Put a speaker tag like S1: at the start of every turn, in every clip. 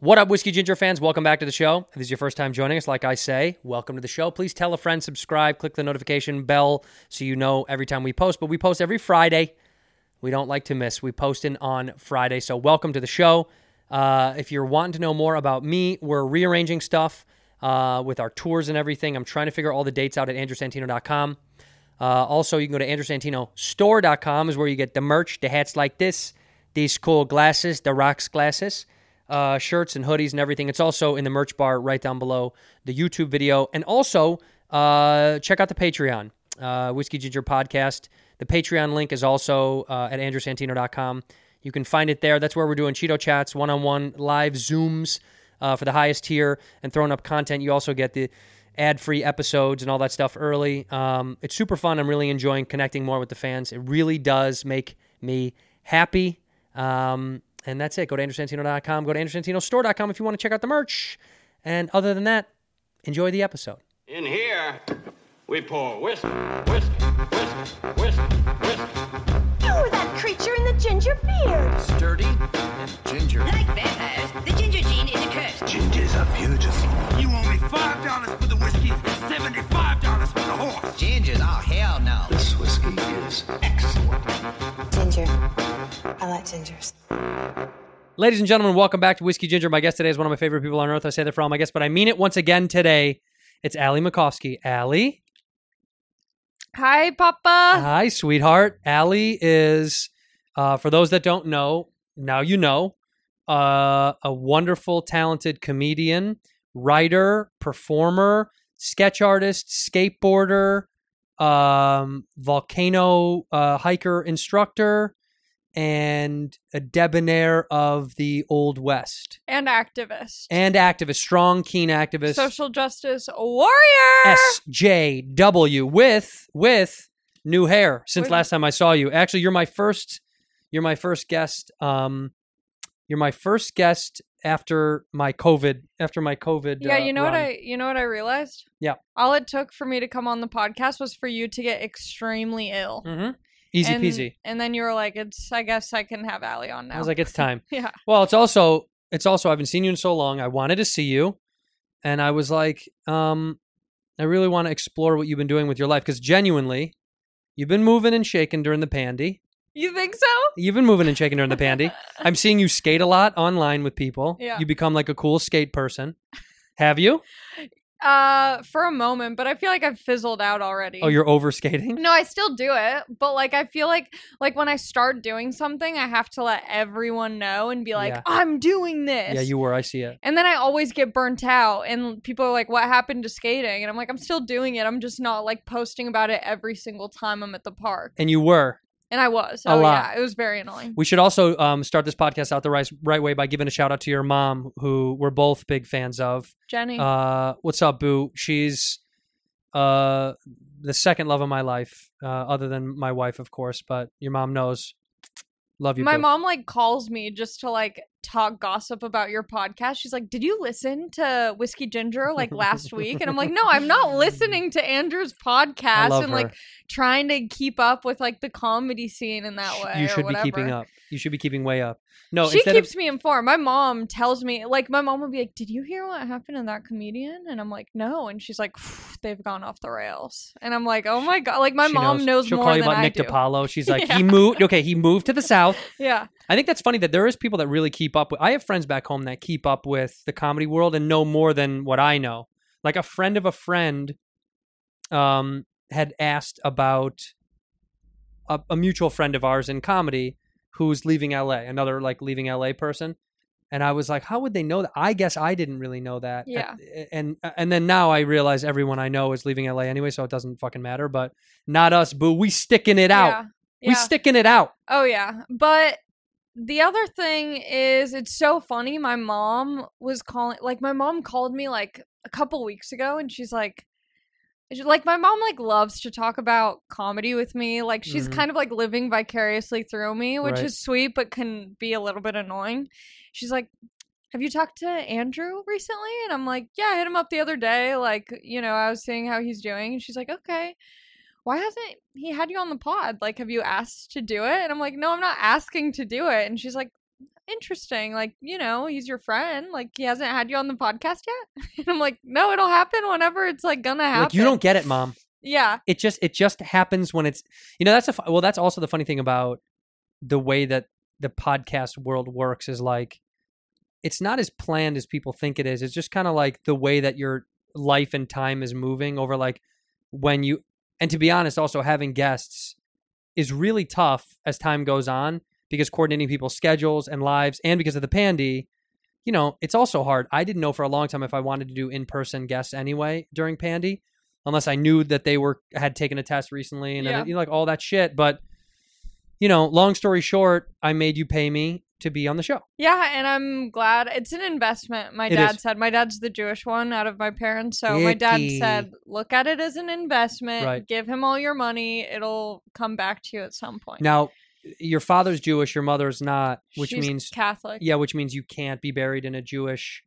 S1: What up, Whiskey Ginger fans? Welcome back to the show. If this is your first time joining us, like I say, welcome to the show. Please tell a friend, subscribe, click the notification bell so you know every time we post. But we post every Friday. We don't like to miss. We post in on Friday. So welcome to the show. Uh, if you're wanting to know more about me, we're rearranging stuff uh, with our tours and everything. I'm trying to figure all the dates out at andrewsantino.com. Uh, also, you can go to andrewsantinostore.com is where you get the merch, the hats like this, these cool glasses, the rocks glasses, uh, shirts and hoodies and everything. It's also in the merch bar right down below the YouTube video. And also, uh, check out the Patreon, uh, Whiskey Ginger Podcast. The Patreon link is also uh, at andrewsantino.com. You can find it there. That's where we're doing Cheeto Chats, one-on-one live Zooms uh, for the highest tier and throwing up content. You also get the ad-free episodes and all that stuff early. Um, it's super fun. I'm really enjoying connecting more with the fans. It really does make me happy. Um, and that's it. Go to andersantino.com. Go to andersantinostore.com if you want to check out the merch. And other than that, enjoy the episode.
S2: In here, we pour whiskey, whiskey, whiskey, whiskey, whiskey.
S3: You were that creature in the ginger beard.
S4: sturdy and ginger.
S5: Like vampires, the ginger gene is a curse.
S6: Gingers are beautiful.
S7: You owe me five dollars for the whiskey and seventy-five dollars for the horse.
S4: Gingers, oh hell no.
S6: This whiskey is excellent.
S8: Ginger. I like gingers.
S1: Ladies and gentlemen, welcome back to Whiskey Ginger. My guest today is one of my favorite people on earth. I say that for all my guests, but I mean it once again today. It's Allie Makovsky. Allie.
S9: Hi, Papa.
S1: Hi, sweetheart. Allie is, uh, for those that don't know, now you know, uh, a wonderful, talented comedian, writer, performer, sketch artist, skateboarder, um, volcano uh, hiker instructor, and a debonair of the Old West.
S9: and activist.
S1: And activist, strong, keen activist.
S9: Social justice warrior.
S1: SJW with with new hair since
S9: Wait.
S1: last time I saw you. Actually, you're my first you're my first guest um you're my first guest after my COVID after my COVID
S9: Yeah,
S1: uh,
S9: you know what
S1: run.
S9: I you know what I realized?
S1: Yeah.
S9: All it took for me to come on the podcast was for you to get extremely ill.
S1: Mhm. Easy
S9: and,
S1: peasy.
S9: And then you were like, It's I guess I can have Allie on now.
S1: I was like it's time.
S9: Yeah.
S1: Well, it's also it's also I haven't seen you in so long. I wanted to see you, and I was like, um, I really want to explore what you've been doing with your life because genuinely, you've been moving and shaking during the pandy.
S9: You think so?
S1: You've been moving and shaking during the pandy. I'm seeing you skate a lot online with people.
S9: Yeah.
S1: You become like a cool skate person. Have you?
S9: Uh for a moment, but I feel like I've fizzled out already.
S1: Oh, you're over skating?
S9: No, I still do it, but like I feel like like when I start doing something, I have to let everyone know and be like,
S1: Yeah.
S9: "I'm doing this."
S1: Yeah, you were. I see it.
S9: And then I always get burnt out, and people are like, "What happened to skating?" And I'm like, "I'm still doing it. I'm just not like posting about it every single time I'm at the park."
S1: And you were.
S9: And I was.
S1: A
S9: oh
S1: lot.
S9: yeah, it was very annoying.
S1: We should also um, start this podcast out the right, right way by giving a shout out to your mom, who we're both big fans of.
S9: Jenny,
S1: Uh, what's up, Boo? She's uh, the second love of my life, uh, other than my wife, of course. But your mom knows. Love you,
S9: my
S1: Boo.
S9: mom like calls me just to like talk gossip about your podcast. She's like, "Did you listen to Whiskey Ginger like last week?" And I'm like, "No, I'm not listening to Andrew's
S1: I
S9: podcast
S1: love
S9: and
S1: her.
S9: like trying to keep up with like the comedy scene in that
S1: Sh-
S9: way."
S1: you
S9: or
S1: should be keeping
S9: whatever.
S1: up. You should be keeping way up. No,
S9: she
S1: instead of-
S9: keeps me informed. My mom tells me, like, my mom would be like, "Did you hear what happened to that comedian?" And I'm like, "No," and she's like, "They've gone off the rails." And I'm like, "Oh my god!" Like my
S1: She
S9: mom knows,
S1: She'll
S9: more
S1: call you
S9: than
S1: about
S9: I
S1: Nick
S9: do.
S1: DiPaolo. She's like,
S9: Yeah.
S1: he moved. Okay, he moved to the south.
S9: Yeah,
S1: I think that's funny that there is people that really keep up with. I have friends back home that keep up with the comedy world and know more than what I know. Like a friend of a friend, um, had asked about a, a mutual friend of ours in comedy who's leaving LA. Another like leaving LA person. And I was like, how would they know that? I guess I didn't really know that.
S9: Yeah.
S1: And uh, and then now I realize everyone I know is leaving LA anyway, so it doesn't fucking matter. But not us, boo. We sticking it out.
S9: yeah, yeah.
S1: We sticking it out.
S9: oh yeah, but. The other thing is, it's so funny. My mom was calling, like, my mom called me like a couple weeks ago, and she's like, she- like my mom like loves to talk about comedy with me. Like she's
S1: Mhm.
S9: kind of like living vicariously through me, which
S1: Right.
S9: is sweet, but can be a little bit annoying. She's like, "Have you talked to Andrew recently?" And I'm like, "Yeah, I hit him up the other day. Like, you know, I was seeing how he's doing." And she's like, "Okay." Why hasn't he had you on the pod? Like, have you asked to do it? And I'm like, no, I'm not asking to do it. And she's like, interesting. Like, you know, he's your friend. Like, he hasn't had you on the podcast yet. And I'm like, no, it'll happen whenever it's like gonna happen.
S1: Like you don't get it, mom.
S9: Yeah.
S1: it just it just happens when it's you know that's a fu- well that's also the funny thing about the way that the podcast world works is like it's not as planned as people think it is it's just kind of like the way that your life and time is moving over like when you and to be honest also having guests is really tough as time goes on because coordinating people's schedules and lives and because of the pandy you know it's also hard i didn't know for a long time if i wanted to do in-person guests anyway during pandy unless I knew that they were had taken a test recently and then,
S9: Yeah.
S1: you know, like all that shit. But you know, long story short, I made you pay me to be on the show.
S9: Yeah, and I'm glad it's an investment. My
S1: It
S9: dad
S1: is.
S9: said my dad's the Jewish one out of my parents, so my dad
S1: Icky.
S9: said, "Look at it as an investment.
S1: Right.
S9: Give him all your money; it'll come back to you at some point."
S1: Now, your father's Jewish, your mother's not, which
S9: She's
S1: means
S9: Catholic.
S1: yeah, which means you can't be buried in a Jewish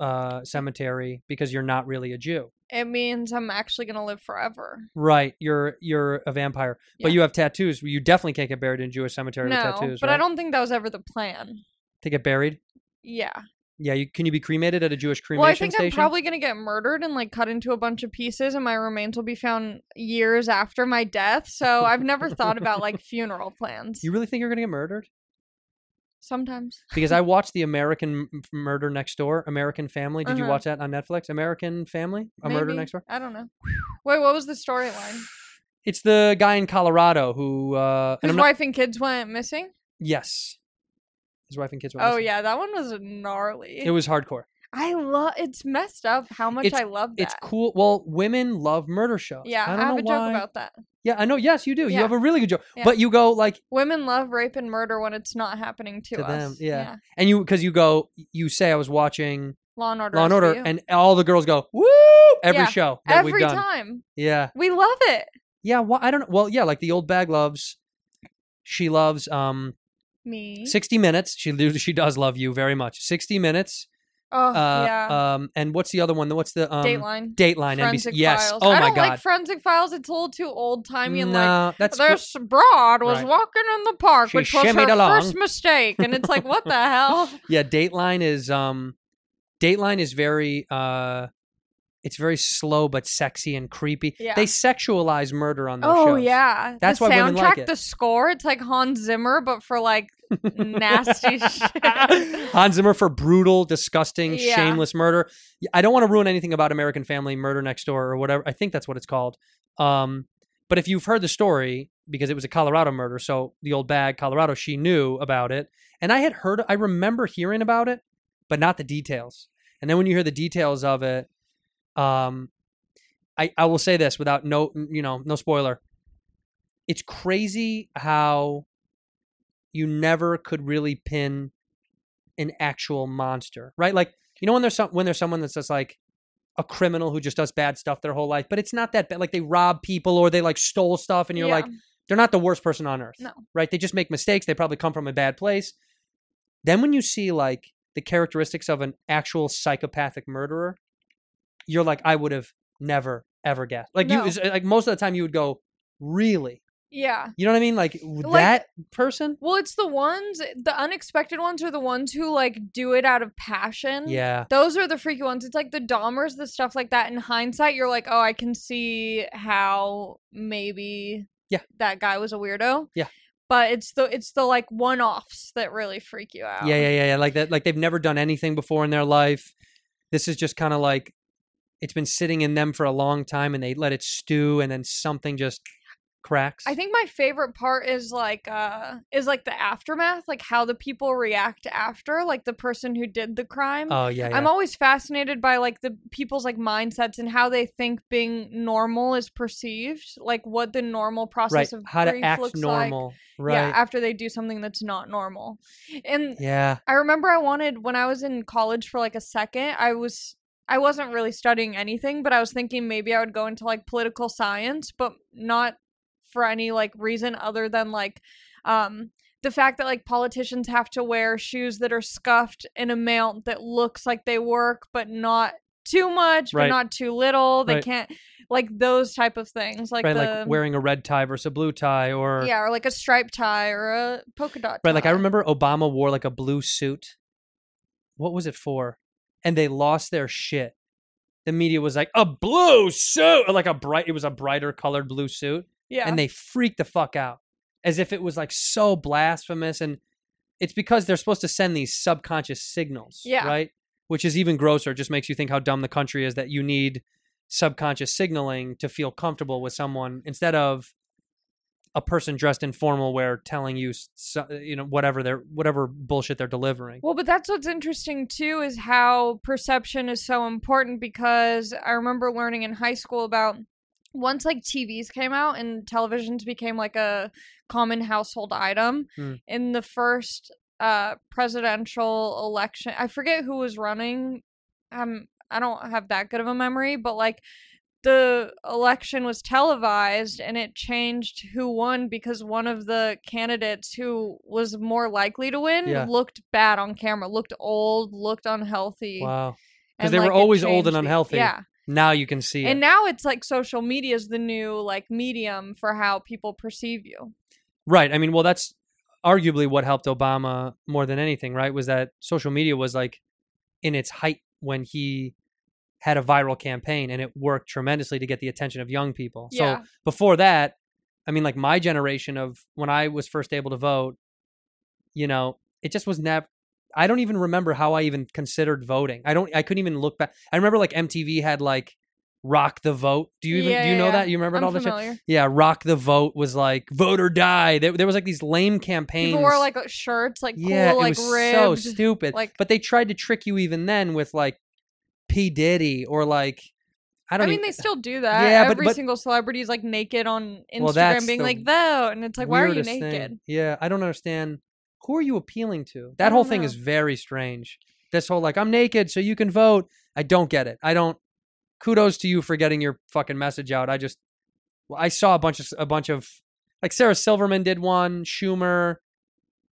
S1: uh, cemetery because you're not really a Jew.
S9: It means I'm actually gonna live forever.
S1: Right, you're you're a vampire, but
S9: Yeah.
S1: you have tattoos. You definitely can't get buried in a Jewish cemetery
S9: no,
S1: with tattoos.
S9: but
S1: right?
S9: I don't think that was ever the plan.
S1: to get buried.
S9: Yeah.
S1: Yeah, you, can you be cremated at a Jewish cremation
S9: Well, I think I'm
S1: station?
S9: probably gonna get murdered and like cut into a bunch of pieces, and my remains will be found years after my death. So I've never thought about like funeral plans.
S1: you really think you're going to get murdered?
S9: Sometimes.
S1: because I watched the American M- Murder Next Door, American Family. Did you
S9: Uh-huh.
S1: watch that on Netflix? American Family, A Murder
S9: Maybe.
S1: Next Door.
S9: I don't know. Wait, what was the storyline?
S1: It's the guy in Colorado who uh, and
S9: His
S1: I'm not-
S9: wife and kids went missing.
S1: yes, his wife and kids. Were
S9: Oh
S1: missing.
S9: yeah, that one was gnarly.
S1: it was hardcore.
S9: I love. It's messed up how much I love that.
S1: It's cool. Well, women love murder shows.
S9: yeah,
S1: I,
S9: I,
S1: don't
S9: have
S1: know
S9: a
S1: why.
S9: joke about that.
S1: Yeah, I know. Yes, you do. You
S9: Yeah.
S1: have a really good joke,
S9: Yeah.
S1: but you go like
S9: Women love rape and murder when it's not happening to,
S1: To
S9: us.
S1: them, yeah. and you because you go you say I was watching
S9: Law and Order.
S1: Law and Order,
S9: SVU.
S1: and all the girls go woo every
S9: Yeah.
S1: show that
S9: every
S1: we've done.
S9: time
S1: Yeah.
S9: we love it.
S1: Yeah, well, I don't know. Well, yeah, like the old bag loves. She loves um
S9: Me.
S1: 60 minutes. She do- she does love you very much. 60 minutes.
S9: oh
S1: Uh,
S9: yeah.
S1: Um, and what's the other one? What's the um,
S9: Dateline.
S1: Dateline. NBC.
S9: Forensic
S1: Yes.
S9: Files.
S1: Oh
S9: I
S1: my
S9: don't
S1: god.
S9: like Forensic Files. It's a little too old timey and like
S1: no, that's gr-
S9: this broad was
S1: Right.
S9: walking in the park,
S1: She
S9: which was her
S1: shimmied along.
S9: first mistake, and it's like, what the hell?
S1: yeah. Dateline is um, Dateline is very uh, it's very slow but sexy and creepy.
S9: Yeah.
S1: They sexualize murder on those
S9: Oh
S1: shows.
S9: yeah,
S1: That's
S9: the
S1: why
S9: soundtrack,
S1: women like it.
S9: the score. It's like Hans Zimmer, but for like nasty shit.
S1: Hans Zimmer for brutal, disgusting,
S9: Yeah.
S1: shameless murder. Y- I don't want to ruin anything about American Family Murder Next Door or whatever. I think that's what it's called. Um, but if you've heard the story, because it was a Colorado murder, so the old bag, Colorado, she knew about it. And I had heard, I remember hearing about it, but not the details. And then when you hear the details of it, um, I, I will say this without no, you know, no spoiler. It's crazy how you never could really pin an actual monster, right? Like you know when there's some when there's someone that's just like a criminal who just does bad stuff their whole life, but it's not that bad. Like they rob people or they like stole stuff, and you're
S9: Yeah.
S1: like, they're not the worst person on earth,
S9: No.
S1: right? They just make mistakes. They probably come from a bad place. Then when you see like the characteristics of an actual psychopathic murderer, you're like, I would have never ever guessed. Like you,
S9: No.
S1: it's, like most of the time you would go, really?
S9: yeah.
S1: You know what I mean? Like, that person?
S9: Well, it's the ones, the unexpected ones are the ones who like do it out of passion.
S1: Yeah.
S9: Those are the freaky ones. It's like the Dahmers, the stuff like that. In hindsight, you're like, oh, I can see how maybe
S1: Yeah.
S9: that guy was a weirdo.
S1: Yeah.
S9: But it's the it's the like one offs that really freak you out.
S1: Yeah, yeah, yeah, yeah. Like that. Like they've never done anything before in their life. This is just kind of like it's been sitting in them for a long time, and they let it stew, and then something just cracks.
S9: I think my favorite part is like uh is like the aftermath, like how the people react after, like the person who did the crime.
S1: Oh yeah, yeah.
S9: I'm always fascinated by like the people's like mindsets and how they think being normal is perceived, like what the normal
S1: right.
S9: process of
S1: How to
S9: grief
S1: act
S9: looks
S1: normal.
S9: like, yeah,
S1: right.
S9: after they do something that's not normal. And
S1: Yeah.
S9: I remember I wanted when I was in college for like a second, I was I wasn't really studying anything, but I was thinking maybe I would go into like political science, but not for any like reason other than like um the fact that like politicians have to wear shoes that are scuffed in a mount that looks like they work but not too much,
S1: Right.
S9: but not too little. They
S1: Right.
S9: can't like those type of things, like
S1: right,
S9: the
S1: like wearing a red tie versus a blue tie, or
S9: yeah, or like a striped tie or a polka dot.
S1: right, like I
S9: tie.
S1: remember Obama wore like a blue suit. What was it for? And they lost their shit. The media was like a blue suit, or like a bright. It was a brighter colored blue suit.
S9: Yeah,
S1: and they freak the fuck out as if it was like so blasphemous and it's because they're supposed to send these subconscious signals
S9: Yeah.
S1: right which is even grosser it just makes you think how dumb the country is that you need subconscious signaling to feel comfortable with someone instead of a person dressed in formal wear telling you s- so- you know whatever they're whatever bullshit they're delivering
S9: Well, but that's what's interesting too is how perception is so important because I remember learning in high school about once like TVs came out and televisions became like a common household item
S1: Hmm.
S9: in the first uh presidential election. I forget who was running. Um I don't have that good of a memory, but like the election was televised and it changed who won because one of the candidates who was more likely to win
S1: Yeah.
S9: looked bad on camera, looked old, looked unhealthy.
S1: wow because
S9: and,
S1: they were
S9: like, it
S1: always old and
S9: changed the-
S1: unhealthy
S9: yeah.
S1: now you can see it.
S9: And now it's like social media is the new like medium for how people perceive you.
S1: Right. I mean, well, that's arguably what helped Obama more than anything, right? Was that social media was like in its height when he had a viral campaign and it worked tremendously to get the attention of young people.
S9: Yeah.
S1: So before that, I mean, like my generation of when I was first able to vote, you know, it just was never. I don't even remember how I even considered voting. I don't. I couldn't even look back. I remember like MTV had like "Rock the Vote." Do you even?
S9: Yeah,
S1: do you
S9: yeah,
S1: know
S9: yeah.
S1: that? You remember
S9: I'm
S1: all this? shit?
S9: familiar.
S1: Yeah, rock the vote was like vote or die. There, there was like these lame campaigns.
S9: People wore like uh, shirts, like
S1: yeah,
S9: cool,
S1: it
S9: like
S1: was so
S9: ribbed.
S1: stupid.
S9: like-
S1: but they tried to trick you even then with like P Diddy or like I
S9: I,
S1: don't. e
S9: mean,
S1: even,
S9: they still do that.
S1: Yeah, but-
S9: Every
S1: but-
S9: single celebrity is like naked on Instagram,
S1: Well, that's
S9: being
S1: the
S9: like though, and it's like, why are you
S1: weirdest thing.
S9: naked?
S1: Yeah, I don't understand. Who are you appealing to?
S9: I
S1: That whole
S9: don't
S1: thing
S9: know.
S1: is very strange. This whole like I'm naked, so you can vote. I don't get it. I don't. Kudos to you for getting your fucking message out. I just, well, I saw a bunch of a bunch of like Sarah Silverman did one, Schumer,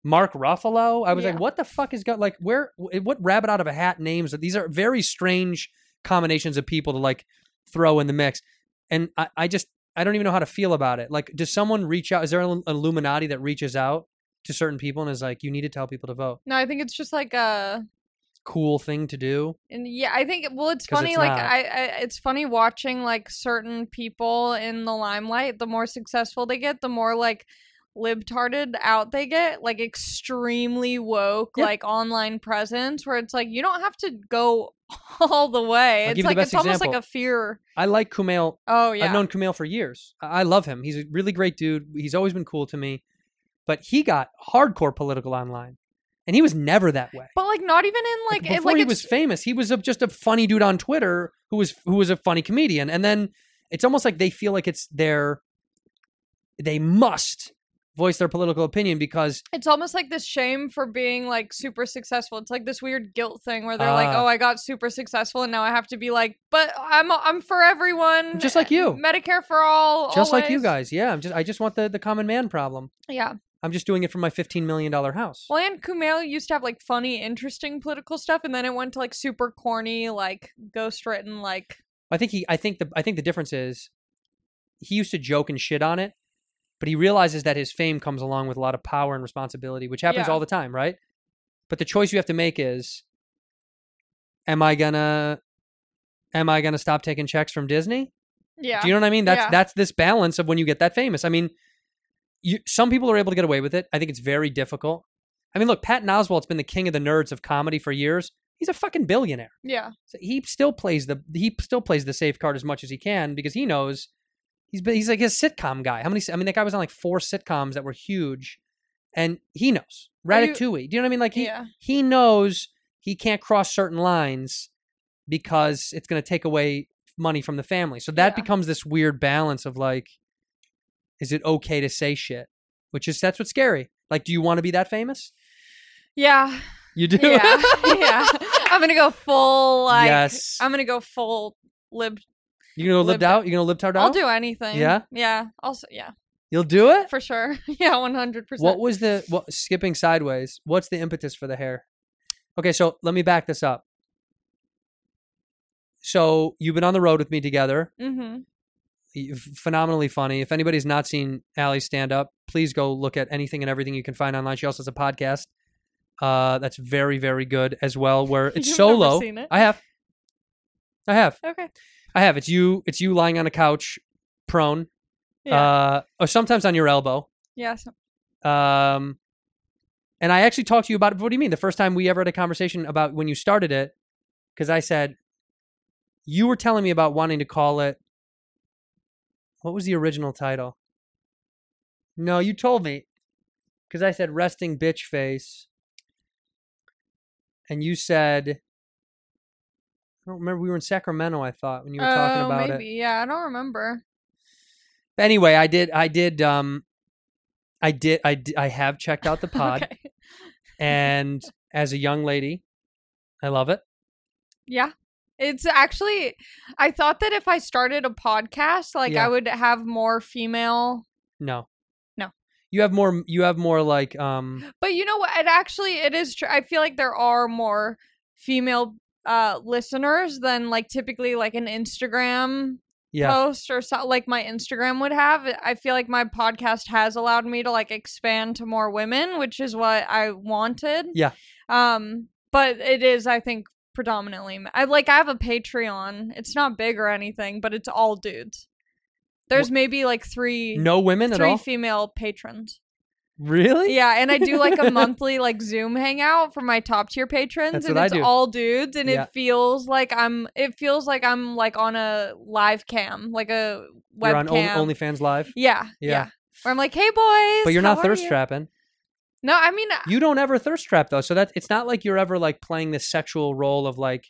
S1: Mark Ruffalo. I was
S9: Yeah.
S1: like, what the fuck is got like where? wh- What rabbit out of a hat names? These are very strange combinations of people to like throw in the mix. And I, I just I don't even know how to feel about it. Like, does someone reach out? Is there an Illuminati that reaches out to certain people and is like, you need to tell people to vote?
S9: No, I think it's just like uh
S1: Cool thing to do.
S9: and yeah, I think well it's
S1: 'Cause
S9: funny
S1: it's
S9: like
S1: not.
S9: I, I it's funny watching like certain people in the limelight, the more successful they get, the more like libtarded out they get, like extremely woke,
S1: Yep.
S9: like online presence where it's like you don't have to go all the way.
S1: I'll give you
S9: it's
S1: the
S9: like
S1: best
S9: it's almost like
S1: example.
S9: a fear.
S1: I like Kumail.
S9: Oh yeah.
S1: I've known Kumail for years. I I love him. He's a really great dude. He's always been cool to me. But he got hardcore political online, and he was never that way.
S9: but like not even in like, it,
S1: before
S9: like
S1: he
S9: it's
S1: was famous, he was a, just a funny dude on Twitter who was who was a funny comedian. And then it's almost like they feel like it's their they must voice their political opinion because
S9: It's almost like this shame for being like super successful. It's like this weird guilt thing where they're like,
S1: Ah.
S9: "Oh, I got super successful, and now I have to be like, but I'm I'm for everyone,
S1: Just like you.
S9: Medicare for all,
S1: just like you
S9: always."
S1: guys, yeah, I'm just I just want the the common man problem.
S9: Yeah.
S1: I'm just doing it for my 15 million dollar house.
S9: Well, and Kumail used to have like funny, interesting political stuff, and then it went to like super corny, like ghostwritten, like
S1: I think he. I think the. I think the difference is, he used to joke and shit on it, but he realizes that his fame comes along with a lot of power and responsibility, which happens
S9: Yeah.
S1: all the time, right? But the choice you have to make is, am I gonna, am I gonna stop taking checks from Disney?
S9: yeah,
S1: Do you know what I mean? That's
S9: Yeah.
S1: that's this balance of when you get that famous. I mean, you some people are able to get away with it. I think it's very difficult. I mean, look, Patton Oswalt's been the king of the nerds of comedy for years. He's a fucking billionaire.
S9: yeah,
S1: So he still plays the he still plays the safe card as much as he can because he knows he's been, he's like a sitcom guy. How many? I mean, that guy was on like four sitcoms that were huge, and he knows
S9: Are you-
S1: Ratatouille. Do you know what I mean? Like he
S9: yeah.
S1: he knows he can't cross certain lines because it's going to take away money from the family. So that
S9: Yeah.
S1: becomes this weird balance of like, is it okay to say shit? Which is that's what's scary. Like, do you want to be that famous?
S9: Yeah,
S1: You do.
S9: yeah, yeah. I'm gonna go full like.
S1: Yes.
S9: I'm gonna go full lib.
S1: you gonna live
S9: Lived-
S1: out? You gonna live tard out?
S9: I'll do anything.
S1: Yeah?
S9: yeah. Also, yeah,
S1: You'll do it.
S9: for sure. Yeah, one hundred percent.
S1: What was the what, skipping sideways? What's the impetus for the hair? Okay, so let me back this up. So you've been on the road with me together.
S9: Mm-hmm.
S1: Y- f- Phenomenally funny. If anybody's not seen Allie stand up, please go look at anything and everything you can find online. She also has a podcast uh, that's very, very good as well, where it's
S9: You've never
S1: solo.
S9: seen it?
S1: I have. I have.
S9: Okay.
S1: I have. It's you. It's you lying on a couch, prone,
S9: Yeah.
S1: uh, or sometimes on your elbow.
S9: yeah. So,
S1: Um, and I actually talked to you about it. What do you mean? The first time we ever had a conversation about when you started it, because I said you were telling me about wanting to call it. What was the original title? No, you told me because I said resting bitch face, and you said I don't remember. We were in Sacramento, I thought, when you were talking
S9: Oh,
S1: about it.
S9: maybe. Yeah, I don't remember.
S1: But anyway, I did. I did. Um, I did. I d- I have checked out the pod,
S9: Okay. Mm-hmm.
S1: and as a young lady, I love it.
S9: Yeah. It's actually I thought that if I started a podcast, like
S1: Yeah.
S9: I would have more female
S1: No,
S9: No.
S1: You have more. You have more like um.
S9: but you know what it actually it is true. I feel like there are more female uh listeners than like typically like an Instagram
S1: Yeah,
S9: post or so like my Instagram would have. I feel like my podcast has allowed me to like expand to more women, which is what I wanted.
S1: Yeah.
S9: Um, but it is, I think, predominantly. ma- I like I have a Patreon. It's not big or anything, but it's all dudes. There's maybe like three
S1: no women at
S9: three
S1: all.
S9: female patrons.
S1: really?
S9: Yeah, and I do like a monthly like Zoom hangout for my top tier patrons,
S1: That's
S9: and
S1: what I
S9: it's
S1: do.
S9: all dudes, and
S1: Yeah.
S9: it feels like I'm it feels like I'm like on a live cam, like a webcam.
S1: You're on on OnlyFans live,
S9: yeah,
S1: Yeah.
S9: yeah, Where I'm like, hey boys,
S1: but you're
S9: how
S1: not
S9: are
S1: thirst
S9: you?"
S1: trapping.
S9: No, I mean,
S1: You don't ever thirst trap though, so that it's not like you're ever like playing this sexual role of like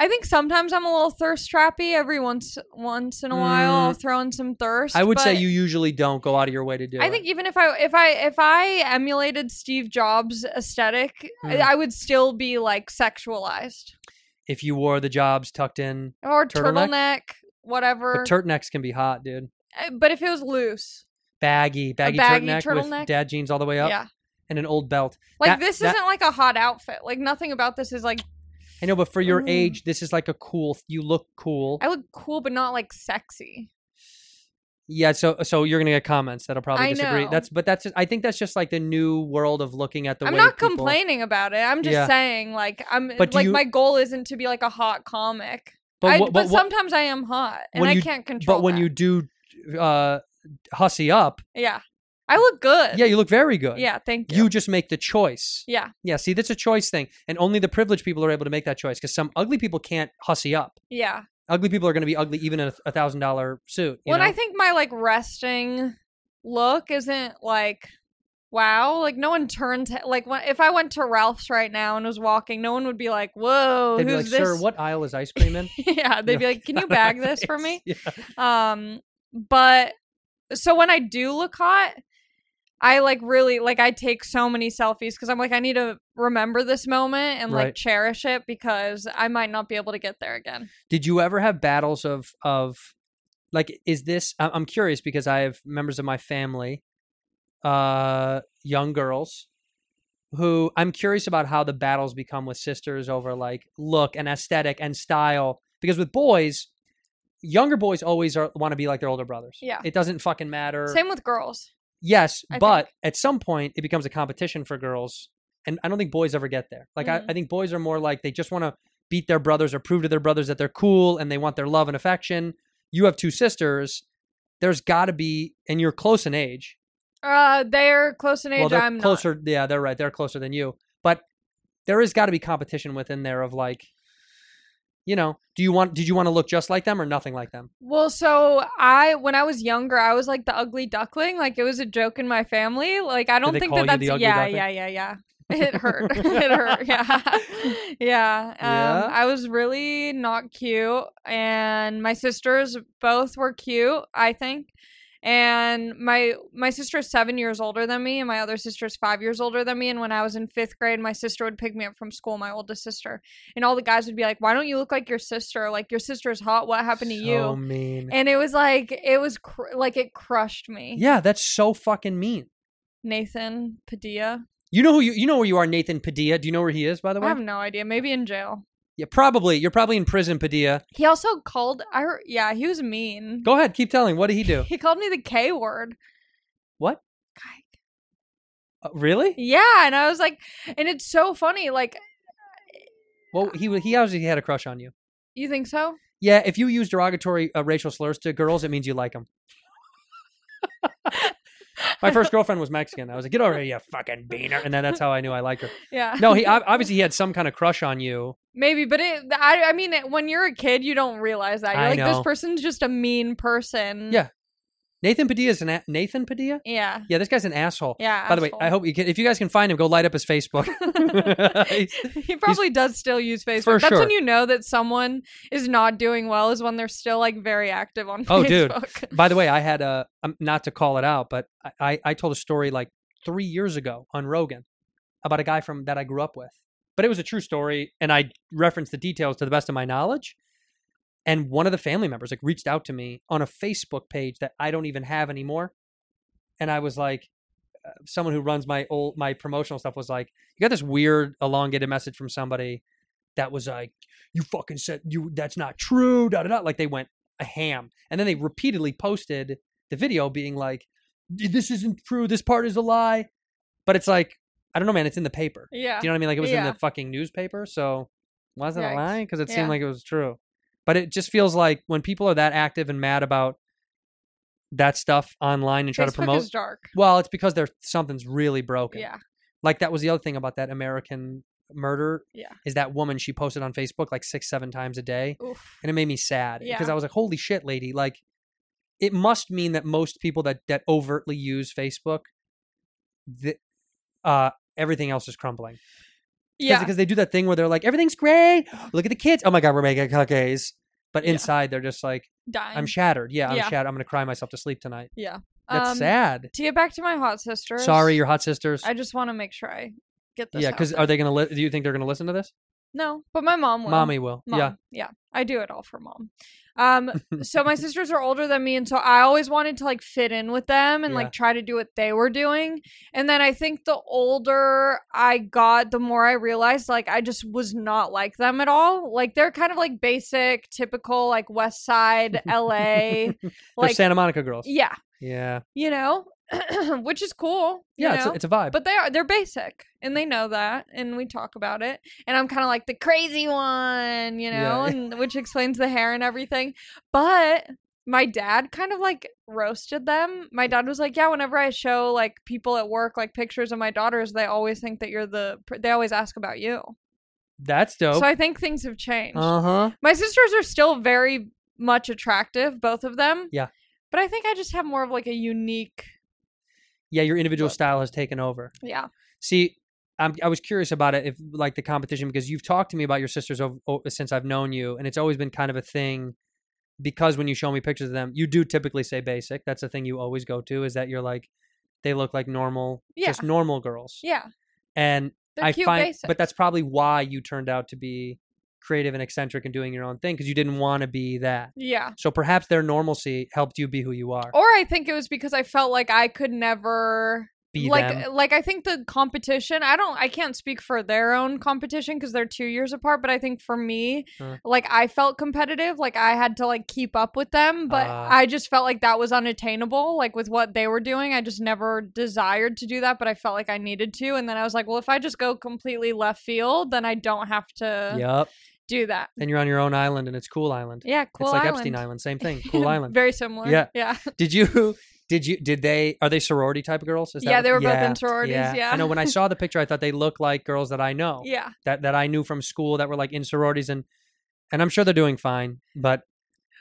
S9: I think sometimes I'm a little thirst trappy. Every once once in a while, I'll throw in some thirst.
S1: Mm. I would say
S9: but
S1: you usually don't go out of your way to do.
S9: I
S1: it.
S9: think even if I if I if I emulated Steve Jobs' aesthetic,
S1: Mm.
S9: I, I would still be like sexualized
S1: if you wore the jobs tucked in,
S9: or
S1: Turtleneck?
S9: turtleneck, whatever.
S1: but turtlenecks can be hot, dude.
S9: Uh, but if it was loose,
S1: Baggy, baggy,
S9: baggy
S1: turtleneck, with
S9: turtleneck?
S1: dad jeans all the way up,
S9: yeah,
S1: and an old belt.
S9: like
S1: That-
S9: this
S1: that-
S9: isn't like a hot outfit. Like nothing about this is like
S1: I know, but for your
S9: Mm.
S1: age, this is like a cool. th- You look cool.
S9: I look cool, but not like sexy.
S1: yeah. So, so you're gonna get comments that'll probably
S9: I
S1: disagree.
S9: know.
S1: That's, but that's. Just, I think that's just like the new world of looking at the.
S9: I'm
S1: way
S9: not
S1: people-
S9: complaining about it. I'm just
S1: Yeah.
S9: saying, like I'm
S1: But do
S9: like
S1: you-
S9: my goal isn't to be like a hot comic.
S1: But,
S9: I,
S1: wha-
S9: but,
S1: but, wha-
S9: sometimes I am hot and
S1: when
S9: I
S1: you-
S9: can't control.
S1: but when
S9: that.
S1: you do, uh, hussy up,
S9: yeah, I look good.
S1: yeah, you look very good.
S9: Uh, yeah, thank you.
S1: You just make the choice.
S9: yeah,
S1: Yeah. See, that's a choice thing, and only the privileged people are able to make that choice because some ugly people can't hussy up.
S9: yeah.
S1: Ugly people are going to be ugly even in a- a thousand dollar suit. You
S9: When
S1: know?
S9: I think my like resting look isn't like wow, like no one turns he- like when, if I went to Ralph's right now and was walking, no one would be like, "Whoa,
S1: They'd be like,
S9: who's
S1: sir,
S9: this?"
S1: what aisle is ice cream in?
S9: yeah, they'd be like, "Can
S1: Not
S9: you
S1: our
S9: bag this for
S1: face.
S9: me?"
S1: Yeah.
S9: Um, but so when I do look hot, I like really like I take so many selfies because I'm like I need to remember this moment and
S1: Right.
S9: like cherish it because I might not be able to get there again.
S1: Did you ever have battles of of like is this I- I'm curious because I have members of my family uh young girls who I'm curious about how the battles become with sisters over like look and aesthetic and style because with boys younger boys always are want to be like their older brothers.
S9: Yeah.
S1: It doesn't fucking matter.
S9: Same with girls.
S1: Yes,
S9: I
S1: but at some point it becomes a competition for girls, and I don't think boys ever get there. Like
S9: Mm-hmm.
S1: I, I think boys are more like they just want to beat their brothers or prove to their brothers that they're cool and they want their love and affection. You have two sisters. There's got to be, and you're close in age.
S9: Uh, they're close in age.
S1: well, they're
S9: I'm not.
S1: closer. Yeah, they're right. They're closer than you, but there is got to be competition within there of like, you know, do you want? Did you want to look just like them or nothing like them?
S9: Well, so I when I was younger, I was like the ugly duckling. Like it was a joke in my family. Like I don't
S1: they
S9: think
S1: call you
S9: that
S1: the
S9: that's
S1: ugly
S9: yeah,
S1: duckling?
S9: yeah, yeah, yeah. It hurt. it hurt. Yeah, yeah. Um,
S1: Yeah?
S9: I was really not cute, and my sisters both were cute. I think. And my my sister is seven years older than me, and my other sister is five years older than me. And when I was in fifth grade, my sister would pick me up from school, my oldest sister, and all the guys would be like, "Why don't you look like your sister? Like your sister's hot. What happened to you?"
S1: So mean.
S9: and it was like it was cr- like it crushed me.
S1: yeah, that's so fucking mean.
S9: Nathan Padilla.
S1: You know who you you know where you are, Nathan Padilla. Do you know where he is, by the
S9: I
S1: way?
S9: have no idea. Maybe in jail.
S1: Yeah, probably. You're probably in prison, Padilla.
S9: He also called. I re- yeah, he was mean.
S1: Go ahead, keep telling. What did he do?
S9: He called me the K word.
S1: What?
S9: Kike.
S1: Uh, really?
S9: Yeah, and I was like, and it's so funny. Like,
S1: Well, he wa- he obviously had a crush on you.
S9: you think so?
S1: Yeah, if you use derogatory uh, racial slurs to girls, it means you like them. My first girlfriend was Mexican. I was like, "Get over here, you fucking beaner," and then that's how I knew I like her.
S9: Yeah.
S1: No, he ob- obviously he had some kind of crush on you.
S9: Maybe, but it, I, I mean, it, when you're a kid, you don't realize that. You're
S1: I
S9: like,
S1: know.
S9: this person's just a mean person.
S1: Yeah. Nathan Padilla is an a- Nathan Padilla.
S9: Yeah.
S1: Yeah, this guy's an asshole.
S9: Yeah.
S1: By the way, I
S9: asshole.
S1: hope you can. If you guys can find him, go light up his Facebook. He's-
S9: he probably does still use Facebook.
S1: For
S9: That's
S1: sure.
S9: when you know that someone is not doing well is when they're still like very active on
S1: Oh, dude.
S9: Facebook.
S1: By the way, I had a um, not to call it out, but I, I I told a story like three years ago on Rogan about a guy from that I grew up with, but it was a true story, and I referenced the details to the best of my knowledge. And one of the family members like reached out to me on a Facebook page that I don't even have anymore, and I was like, uh, someone who runs my old my promotional stuff was like, you got this weird elongated message from somebody that was like, you fucking said you that's not true, da da da. Like they went a ham. And then they repeatedly posted the video being like, "D- this isn't true. This part is a lie. But it's like, I don't know, man. It's in the paper.
S9: Yeah.
S1: Do you know what I mean? Like it was in
S9: Yeah.
S1: the fucking newspaper. So was it a
S9: Yikes.
S1: lie? Because it
S9: Yeah.
S1: seemed like it was true. But it just feels like when people are that active and mad about that stuff online and try to
S9: Facebook
S1: promote.
S9: is dark.
S1: well, it's because there's something's really broken.
S9: Yeah.
S1: Like that was the other thing about that American murder.
S9: Yeah.
S1: Is that woman she posted on Facebook like six, seven times a day
S9: Oof.
S1: and it made me sad because
S9: Yeah.
S1: I was like, "Holy shit, lady!" Like, it must mean that most people that that overtly use Facebook, the, uh, everything else is crumbling. 'Cause-
S9: Yeah.
S1: because they do that thing where they're like, "Everything's great. Look at the kids. Oh my god, we're making cookies." But
S9: Yeah.
S1: inside, they're just like,
S9: Dying.
S1: "I'm shattered. Yeah, I'm
S9: yeah.
S1: shattered. I'm gonna cry myself to sleep tonight."
S9: yeah.
S1: That's
S9: um,
S1: sad.
S9: To get back to my hot sisters.
S1: Sorry, your hot sisters.
S9: I just want to make sure I get this.
S1: yeah,
S9: because
S1: because are they gonna? Li- do you think they're gonna listen to this?
S9: No, but my mom will.
S1: Mommy will.
S9: Mom.
S1: Yeah.
S9: Yeah. I do it all for mom. Um so my sisters are older than me and so I always wanted to like fit in with them and
S1: Yeah.
S9: like try to do what they were doing. And then I think the older I got, the more I realized like I just was not like them at all. Like they're kind of like basic, typical like West Side LA
S1: they're
S9: like
S1: Santa Monica girls.
S9: yeah,
S1: Yeah.
S9: you know, which is cool. you
S1: Yeah. It's
S9: know?
S1: a, it's a vibe.
S9: but they are they're basic and they know that and we talk about it and i'm kind of like the crazy one you
S1: Yeah.
S9: know and which explains the hair and everything but my dad kind of like roasted them my dad was like yeah whenever i show like people at work like pictures of my daughters they always think that you're the pr- they always ask about you
S1: That's dope.
S9: so i think things have changed
S1: uh huh.
S9: my sisters are still very much attractive both of them
S1: Yeah.
S9: but i think i just have more of like a unique
S1: yeah your individual
S9: Look.
S1: style has taken over
S9: yeah
S1: see I'm, i was curious about it if like the competition because you've talked to me about your sisters over, since i've known you and it's always been kind of a thing because when you show me pictures of them you do typically say basic that's the thing you always go to is that you're like they look like normal
S9: Yeah.
S1: just normal girls
S9: yeah
S1: and
S9: they're
S1: i
S9: cute
S1: find
S9: basic
S1: but that's probably why you turned out to be creative and eccentric and doing your own thing because you didn't want to be that
S9: yeah
S1: so perhaps their normalcy helped you be who you are
S9: or I think it was because I felt like I could never
S1: be
S9: like
S1: them
S9: like I think the competition I don't I can't speak for their own competition because they're 2 years apart but I think for me
S1: Huh.
S9: like I felt competitive like I had to like keep up with them but
S1: Ah.
S9: I just felt like that was unattainable like with what they were doing I just never desired to do that but I felt like I needed to and then I was like well if I just go completely left field then I don't have to
S1: yep
S9: do that
S1: and you're on your own island and it's cool island
S9: yeah cool
S1: it's like
S9: island.
S1: Epstein Island, same thing. Cool Island.
S9: very similar
S1: Yeah.
S9: yeah
S1: did you? Did you? Did they? Are they sorority type of girls? Is
S9: Yeah,
S1: what-
S9: they were both in sororities,
S1: I
S9: yeah.
S1: know. When I saw the picture, I thought they looked like girls that I know
S9: yeah
S1: that that I knew from school that were like in sororities, and and I'm sure they're doing fine, but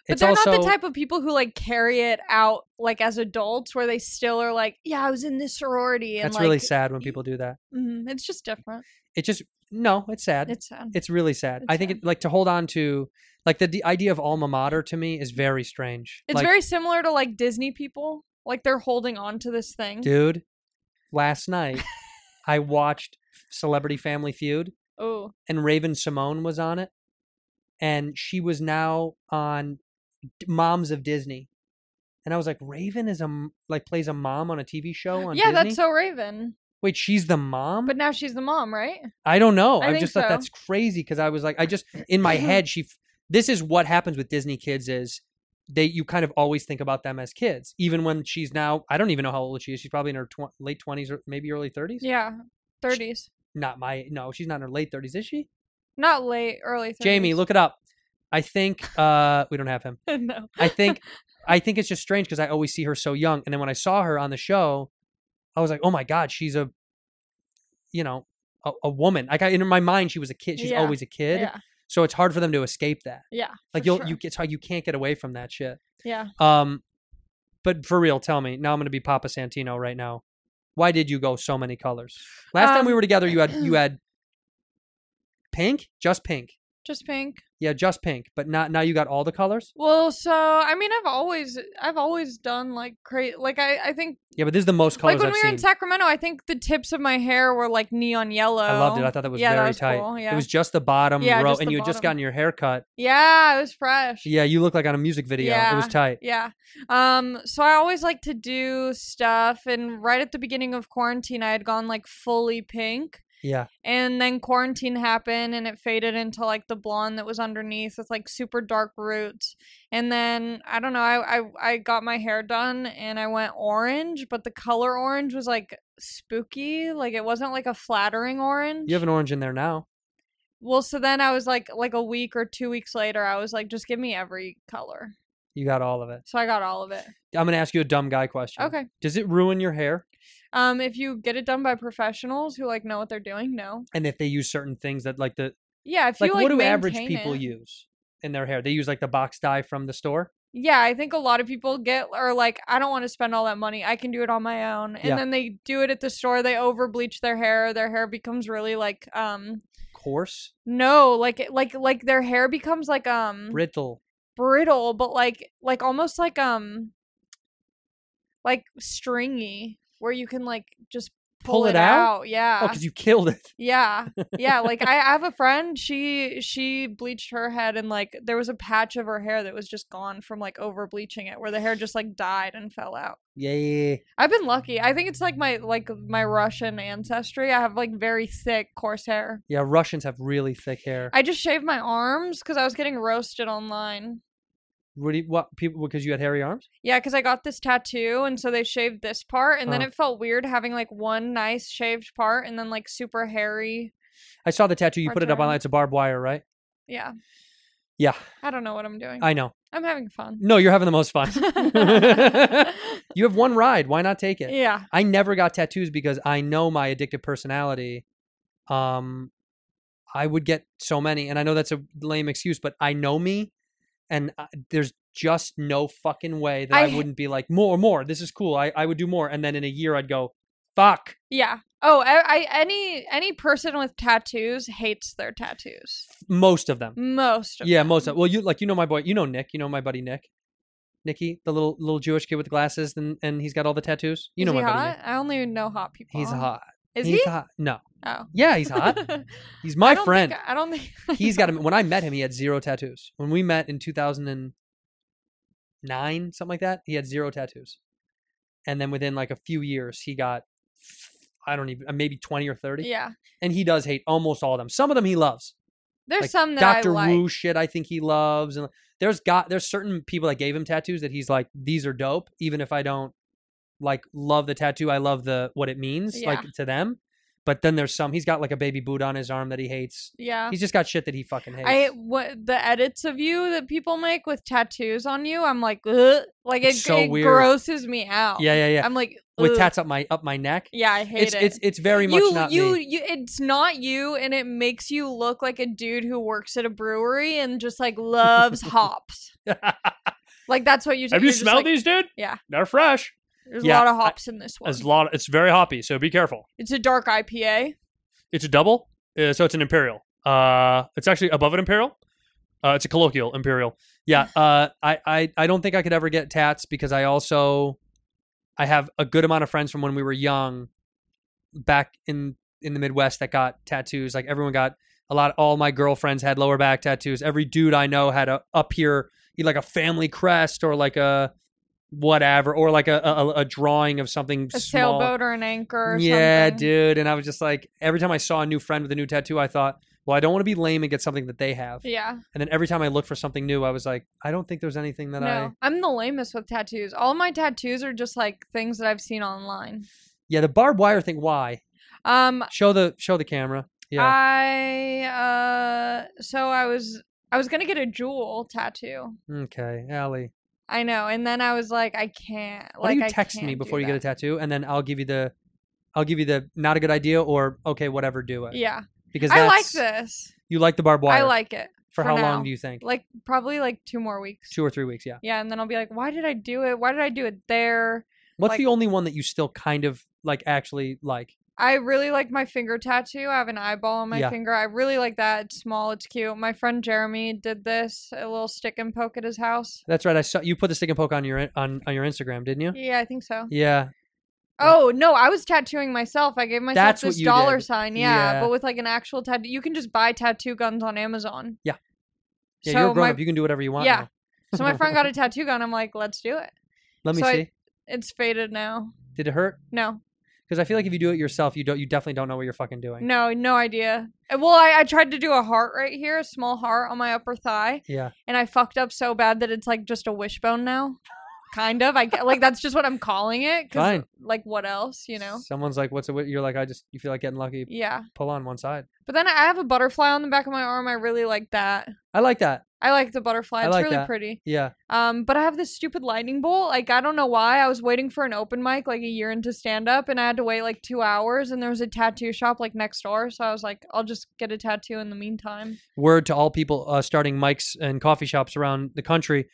S9: But
S1: it's
S9: they're
S1: also
S9: not the type of people who like carry it out like as adults, where they still are like, "Yeah, I was in this sorority." And,
S1: that's
S9: like,
S1: really sad when people do that.
S9: mm, it's just different.
S1: It just no, it's sad. It's,
S9: It's sad.
S1: really sad.
S9: it's
S1: I think
S9: sad.
S1: it, like to hold on to like the, the idea of alma mater to me is very strange.
S9: It's
S1: Like,
S9: very similar to like Disney people, like they're holding on to this thing.
S1: dude. Last night, I watched Celebrity Family Feud.
S9: Oh,
S1: and Raven Simone was on it, and she was now on D- Moms of Disney, and I was like, Raven is a m- like plays a mom on a TV show on Disney?
S9: yeah,
S1: Um
S9: that's so Raven.
S1: Wait, she's the mom?
S9: But now she's the mom, right?
S1: I don't know.
S9: I
S1: I,
S9: think
S1: just thought
S9: so.
S1: that's crazy because I was like, I just in my head, she. f- This is what happens with Disney kids is they you kind of always think about them as kids, even when she's now. I don't even know how old she is. She's probably in her tw- late twenties or maybe early thirties.
S9: Yeah, thirties.
S1: Not my no, she's not in her late thirties, is she?
S9: Not late, early. 30s.
S1: Jamie, look it up. I think uh we don't have him.
S9: no.
S1: I think I think it's just strange because I always see her so young, and then when I saw her on the show, I was like, oh my god, she's a, you know, a, a woman. Like I, in my mind, she was a kid. She's
S9: Yeah.
S1: always a kid.
S9: Yeah,
S1: so it's hard for them to escape that.
S9: yeah.
S1: Like
S9: for
S1: you'll
S9: sure.
S1: you it's hard, you can't get away from that shit.
S9: Yeah.
S1: Um, but for real, tell me now. I'm gonna be Papa Santino right now. Why did you go so many colors? Last time we
S9: Um,
S1: were together, you had you had pink, just pink.
S9: Just pink.
S1: Yeah, just pink. But not now. You got all the colors.
S9: Well, so I mean, I've always, I've always done like crazy. Like I, I think,
S1: Yeah, but this is the most colors
S9: like when
S1: I've
S9: we were
S1: seen.
S9: in Sacramento, I think the tips of my hair were like neon yellow.
S1: I loved it. I thought that was
S9: Oh, yeah,
S1: very
S9: that was
S1: tight.
S9: Cool. Yeah,
S1: It was just the bottom
S9: Yeah,
S1: row,
S9: just
S1: and
S9: the
S1: you had just
S9: bottom.
S1: gotten your hair cut.
S9: yeah, it was fresh.
S1: Yeah, you look like on a music video. It was
S9: Yeah.
S1: tight.
S9: Yeah. Um so I always like to do stuff and right at the beginning of quarantine I had gone like fully pink
S1: Yeah,
S9: and then quarantine happened and it faded into like the blonde that was underneath with like super dark roots. And then I don't know, I I I got my hair done and I went orange, but the color orange was like spooky, like it wasn't like a flattering orange.
S1: you have an orange in there now.
S9: well, so then I was like like a week or 2 weeks later I was like just give me every color.
S1: You got all of it.
S9: So I got all of it.
S1: I'm gonna ask you a dumb guy question.
S9: Okay.
S1: Does it ruin your hair?
S9: Um, if you get it done by professionals who like know what they're doing, no.
S1: and if they use certain things that like the
S9: Yeah, if
S1: like,
S9: you like
S1: what do average
S9: maintain
S1: people
S9: it-
S1: use in their hair they use like the box dye from the store
S9: Yeah, I think a lot of people get or like I don't want to spend all that money. I can do it on my own, and
S1: Yeah.
S9: then they do it at the store. They over bleach their hair. Their hair becomes really like um
S1: coarse
S9: no like it- like like their hair becomes like um
S1: brittle
S9: brittle, but like like almost like um like stringy where you can like just pull,
S1: Pull it out?
S9: Yeah.
S1: oh because you killed it
S9: Yeah. Yeah. Like I I have a friend, she she bleached her head and like there was a patch of her hair that was just gone from like over bleaching it where the hair just like died and fell out.
S1: yeah, yeah, yeah.
S9: I've been lucky. I think it's like my like my Russian ancestry. I have like very thick coarse hair.
S1: Yeah, russians have really thick hair
S9: I just shaved my arms cuz I was getting roasted online.
S1: what, do you, what people because you had hairy arms
S9: Yeah, cuz I got this tattoo and so they shaved this part and then
S1: Uh.
S9: it felt weird having like one nice shaved part and then like super hairy.
S1: i saw the tattoo you
S9: Hard
S1: put it
S9: to
S1: up on
S9: run.
S1: it's a barbed wire right
S9: Yeah.
S1: yeah
S9: I don't know what I'm doing.
S1: i know
S9: I'm having fun.
S1: no you're having the most fun you have one ride why not take it
S9: Yeah.
S1: I never got tattoos because I know my addictive personality. Um, I would get so many, and I know that's a lame excuse, but I know me, and I, there's just no fucking way that I,
S9: I-
S1: wouldn't be like more, more. This is cool. I, I would do more, and then in a year I'd go, fuck,
S9: Yeah. Oh, I, I any any person with tattoos hates their tattoos.
S1: most of them.
S9: Most of
S1: yeah,
S9: them.
S1: most of. Well, you like you know my boy, you know Nick, you know my buddy Nick, Nicky, the little little Jewish kid with the glasses, and and he's got all the tattoos. You
S9: Is
S1: know
S9: he
S1: my buddy.
S9: hot? Oh.
S1: Nick.
S9: I only know hot people.
S1: He's hot.
S9: Is
S1: he's
S9: he?
S1: hot. No.
S9: Oh.
S1: Yeah, he's hot. He's my
S9: I don't
S1: friend.
S9: Think, I don't think
S1: he's got him when i met him he had zero tattoos when we met in 2009 something like that he had zero tattoos and then within like a few years he got i don't even uh, maybe 20 or 30
S9: Yeah.
S1: and he does hate almost all of them some of them he loves
S9: There's
S1: like
S9: some that
S1: dr
S9: I like.
S1: wu shit i think he loves and there's got there's certain people that gave him tattoos that he's like these are dope even if i don't like love the tattoo i love the what it means
S9: Yeah.
S1: like to them but then there's some he's got like a baby boot on his arm that he hates
S9: Yeah.
S1: he's just got shit that he fucking hates
S9: Oh. I what the edits of you that people make with tattoos on you, I'm like, Ugh. like it,
S1: It's so
S9: it
S1: weird.
S9: grosses me out.
S1: Yeah, yeah, yeah.
S9: I'm like
S1: with
S9: "Ugh."
S1: tats up my up my neck.
S9: Yeah, I hate
S1: it's
S9: it.
S1: it's it's very much
S9: you
S1: not
S9: you
S1: me.
S9: you it's not you and it makes you look like a dude who works at a brewery and just like loves hops like that's what you do. You're just like,
S1: dude?
S9: yeah.
S1: they're fresh.
S9: there's
S1: Yeah,
S9: a lot of
S1: I-
S9: hops in this one
S1: lot. It's very hoppy, so be careful.
S9: it's a dark ipa
S1: It's a double, uh, so it's an imperial. Uh, it's actually above an imperial. Uh, it's a colloquial imperial. Yeah. Uh, I I I don't think I could ever get tats because I also I have a good amount of friends from when we were young, back in in the Midwest that got tattoos. Like everyone got a lot. All my girlfriends had lower back tattoos. Every dude I know had a up here, he like a family crest or like a whatever, or like a a, a drawing of something
S9: a
S1: small.
S9: sailboat or an anchor. Or
S1: yeah,
S9: something.
S1: dude. And I was just like, every time I saw a new friend with a new tattoo, I thought, well, I don't want to be lame and get something that they have.
S9: Yeah,
S1: And then every time I looked for something new, I was like, I don't think there's anything that
S9: no,
S1: I.
S9: I'm the lamest with tattoos. All my tattoos are just like things that I've seen online.
S1: Yeah, the barbed wire thing. Why?
S9: Um,
S1: Show the show the camera. Yeah.
S9: I uh, so I was I was gonna get a jewel tattoo.
S1: okay, Allie.
S9: I know, and then I was like, I can't.
S1: Why
S9: like,
S1: do you
S9: I
S1: text me
S9: can't do
S1: before you get a
S9: that.
S1: tattoo, and then I'll give you the, I'll give you the not a good idea or okay, whatever, do it.
S9: Yeah,
S1: Because
S9: I like
S1: that's-
S9: this.
S1: You like the barbed wire.
S9: I like it.
S1: For,
S9: for
S1: how
S9: now.
S1: long do you think?
S9: Like probably like two more weeks.
S1: Two or three weeks. Yeah.
S9: Yeah, and then I'll be like, why did I do it? Why did I do it there?
S1: What's
S9: Like-
S1: the only one that you still kind of like actually like?
S9: I really like my finger tattoo. I have an eyeball on my
S1: Yeah.
S9: finger. I really like that. It's small. It's cute. My friend Jeremy did this, a little stick and poke at his house.
S1: That's right. I saw you put the stick and poke on your in- on on your Instagram, didn't you?
S9: Yeah, I think so.
S1: Yeah.
S9: Oh no, I was tattooing myself. I gave myself
S1: That's what
S9: this
S1: you
S9: dollar
S1: did.
S9: sign. Yeah,
S1: Yeah.
S9: but with like an actual tattoo. You can just buy tattoo guns on Amazon.
S1: Yeah. Yeah.
S9: so
S1: you're a grown
S9: my
S1: up. You can do whatever you want.
S9: yeah.
S1: now.
S9: so my friend got a tattoo gun. I'm like, let's do it.
S1: Let me
S9: so I-
S1: see.
S9: It's faded now.
S1: Did it hurt?
S9: No,
S1: Because I feel like if you do it yourself, you don't. You definitely don't know what you're fucking doing.
S9: no, no idea. Uh, Well, I, I tried to do a heart right here, a small heart on my upper thigh,
S1: Yeah.
S9: and I fucked up so bad that it's like just a wishbone now. Kind of. I get, like that's just what I'm calling it. 'cause,
S1: Fine.
S9: Like what else, you know?
S1: Someone's like, "What's it?" You're like, "I just." You feel like getting lucky.
S9: Yeah.
S1: Pull on one side.
S9: But then I have a butterfly on the back of my arm. I really like that.
S1: I like that.
S9: I like the butterfly.
S1: I
S9: It's
S1: like
S9: really
S1: that.
S9: pretty.
S1: Yeah.
S9: Um, but I have this stupid lightning bolt. Like I don't know why. I was waiting for an open mic like a year into stand up, and I had to wait like two hours. And there was a tattoo shop like next door, so I was like, I'll just get a tattoo in the meantime.
S1: Word to all people uh, starting mics and coffee shops around the country.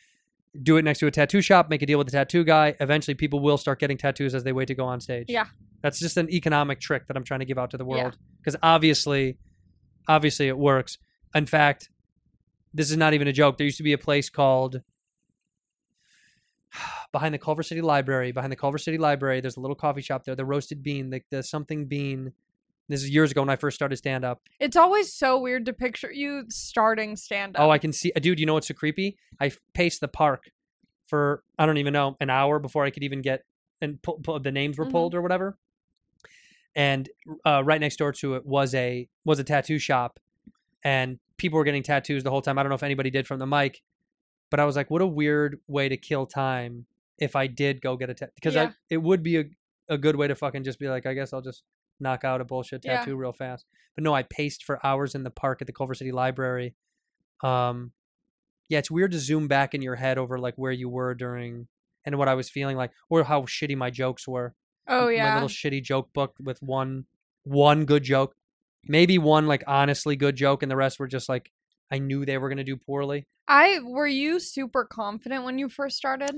S1: Do it next to a tattoo shop. Make a deal with the tattoo guy. Eventually, people will start getting tattoos as they wait to go on stage.
S9: Yeah.
S1: That's just an economic trick that I'm trying to give out to the
S9: Yeah.
S1: world because obviously, obviously it works. In fact, this is not even a joke. There used to be a place called behind the Culver City Library. Behind the Culver City Library, there's a little coffee shop there. The roasted bean, the, the something bean. This is years ago when I first started stand up.
S9: It's always so weird to picture you starting stand up.
S1: Oh, I can see, dude. You know what's so creepy? I f- paced the park for I don't even know an hour before I could even get and pull, pull, the names were
S9: Mhm.
S1: pulled or whatever. And uh, right next door to it was a was a tattoo shop, and people were getting tattoos the whole time. I don't know if anybody did from the mic, but I was like, what a weird way to kill time if I did go get a tattoo because
S9: Yeah.
S1: it would be a a good way to fucking just be like, I guess I'll just knock out a bullshit
S9: Yeah.
S1: tattoo real fast. But no, I paced for hours in the park at the Culver City Library. Um, yeah, it's weird to zoom back in your head over like where you were during and what I was feeling like, or how shitty my jokes were.
S9: oh
S1: M- my
S9: yeah,
S1: little shitty joke book with one one good joke, maybe one like honestly good joke, and the rest were just like I knew they were gonna do poorly.
S9: I were you super confident when you first started?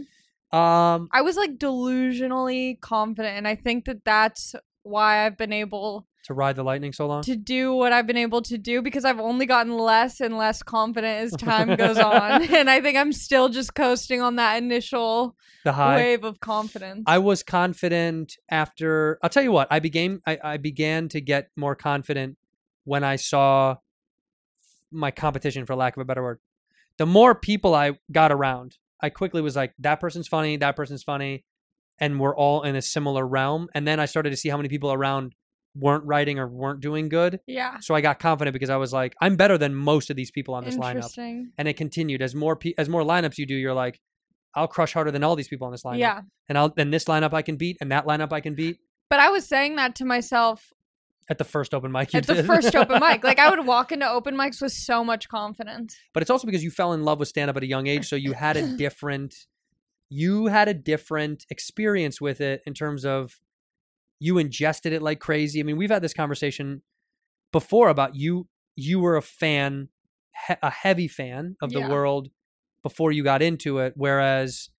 S1: Um,
S9: I was like delusionally confident, and I think that that's why I've been able
S1: to ride the lightning so long.
S9: to do what I've been able to do because I've only gotten less and less confident as time goes on. And I think I'm still just coasting on that initial
S1: The high.
S9: wave of confidence.
S1: I was confident after I'll tell you what, I became I, I began to get more confident when I saw my competition for lack of a better word. The more people I got around, I quickly was like, that person's funny, that person's funny, and we're all in a similar realm. And then I started to see how many people around weren't writing or weren't doing good.
S9: yeah.
S1: So I got confident because I was like, I'm better than most of these people on this lineup.
S9: Interesting.
S1: And it continued as more pe- as more lineups you do, you're like, I'll crush harder than all these people on this lineup
S9: Yeah.
S1: and I'll and this lineup I can beat, and that lineup I can beat
S9: But I was saying that to myself
S1: at the first open mic. You
S9: at the
S1: did.
S9: first open mic. Like I would walk into open mics with so much confidence.
S1: but it's also because you fell in love with stand up at a young age, so you had a different, you had a different experience with it in terms of you ingested it like crazy. I mean, we've had this conversation before about you. You were a fan, he- a heavy fan of the
S9: Yeah.
S1: world before you got into it, whereas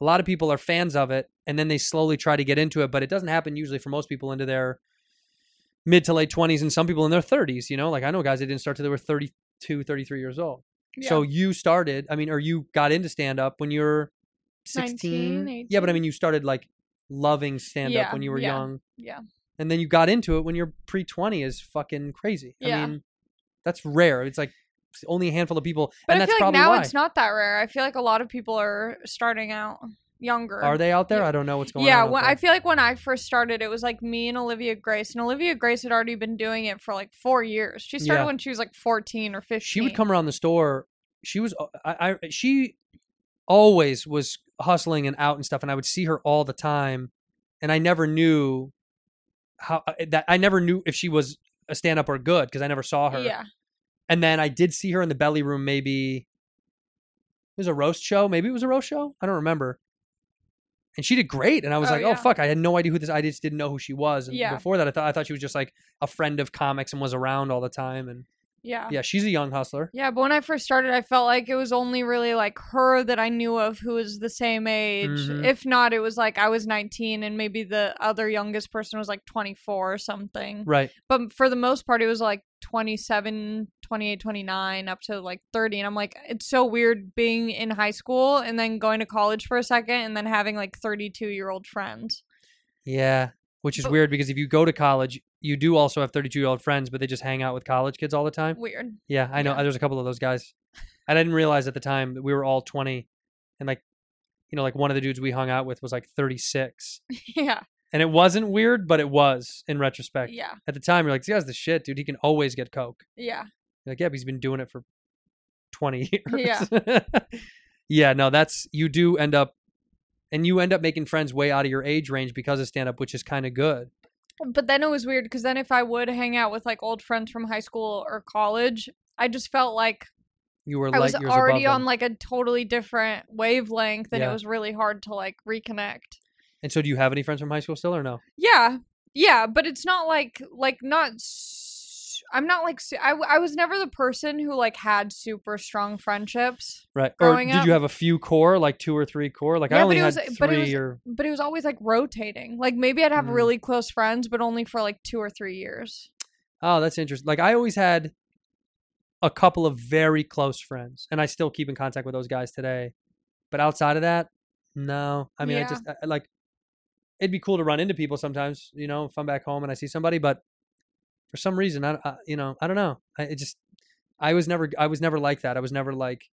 S1: a lot of people are fans of it and then they slowly try to get into it, but it doesn't happen usually for most people into their mid to late 20s and some people in their 30s, you know? Like I know guys that didn't start till they were 32, 33 years old. So you started, I mean, or you got into stand up when you were 16.
S9: 19,
S1: yeah, but I
S9: 18.
S1: mean, you started like loving stand up
S9: Yeah,
S1: when you were
S9: yeah,
S1: young.
S9: yeah.
S1: And then you got into it when you're pre 20 is fucking crazy. I
S9: Yeah.
S1: mean, that's rare. It's like it's only a handful of people.
S9: But
S1: and
S9: I
S1: that's
S9: feel like
S1: probably
S9: now
S1: why.
S9: it's not that rare. I feel like a lot of people are starting out. younger.
S1: Are they out there? I don't know what's going
S9: yeah,
S1: on. out
S9: when,
S1: there.
S9: I feel like when I first started, it was like me and Olivia Grace, and Olivia Grace had already been doing it for like four years. She started
S1: Yeah.
S9: when she was like fourteen or fifteen.
S1: she would come around the store. She was uh, I, I she always was hustling and out and stuff, and I would see her all the time, and I never knew how uh, that I never knew if she was a stand up or good because I never saw her.
S9: Yeah,
S1: And then I did see her in the belly room. Maybe it was a roast show. Maybe it was a roast show. I don't remember. And she did great. And I was
S9: Oh,
S1: like,
S9: yeah.
S1: oh fuck, I had no idea who this. I just didn't know who she was. And
S9: Yeah.
S1: before that, I thought I thought she was just like a friend of comics and was around all the time. And
S9: yeah, yeah.
S1: yeah, she's a young hustler.
S9: but when I first started, I felt like it was only really like her that I knew of who was the same age.
S1: Mhm.
S9: If not, it was like I was 19 and maybe the other youngest person was like 24 or something.
S1: Right.
S9: But for the most part, it was like 27, 28, 29, up to like 30. And I'm like, it's so weird being in high school and then going to college for a second and then having like 32 year old friends.
S1: Yeah, which is
S9: But-
S1: weird because if you go to college, you do also have 32 year old friends, but they just hang out with college kids all the time.
S9: Weird.
S1: Yeah, I know. uh,
S9: Yeah.
S1: There's a couple of those guys. I didn't realize at the time that we were all 20, and like, you know, like one of the dudes we hung out with was like 36,
S9: yeah.
S1: and it wasn't weird, but it was in retrospect.
S9: Yeah.
S1: At the time, you're like, this guy's the shit, dude. He can always get coke.
S9: Yeah.
S1: You're like, yeah, but he's been doing it for 20 years.
S9: Yeah.
S1: Yeah. yeah, no, that's you do end up. And you end up making friends way out of your age range because of stand up, which is kind of good.
S9: But then it was weird because then if I would hang out with like old friends from high school or college, I just felt like
S1: You were
S9: I
S1: light
S9: was
S1: years
S9: already
S1: above
S9: on
S1: them.
S9: like a totally different wavelength and
S1: Yeah.
S9: it was really hard to like reconnect.
S1: And so, do you have any friends from high school still, or no?
S9: Yeah, yeah, but it's not like like not. s- I'm not like su- I w- I was never the person who like had super strong friendships,
S1: Right?
S9: Growing
S1: or did
S9: up-
S1: you have a few core, like two or three core? Like I
S9: Yeah, but
S1: only
S9: it
S1: had
S9: was-
S1: three.
S9: but it was-
S1: or
S9: but it was always like rotating. Like maybe I'd have
S1: Mm.
S9: really close friends, but only for like two or three years.
S1: oh, that's interesting. Like I always had a couple of very close friends, and I still keep in contact with those guys today. But outside of that, no. I mean, I
S9: Yeah.
S1: just I- I, like it'd be cool to run into people sometimes. You know, if I'm back home and I see somebody, but for some reason, I, I you know, I don't know. I it just I was never I was never like that. I was never like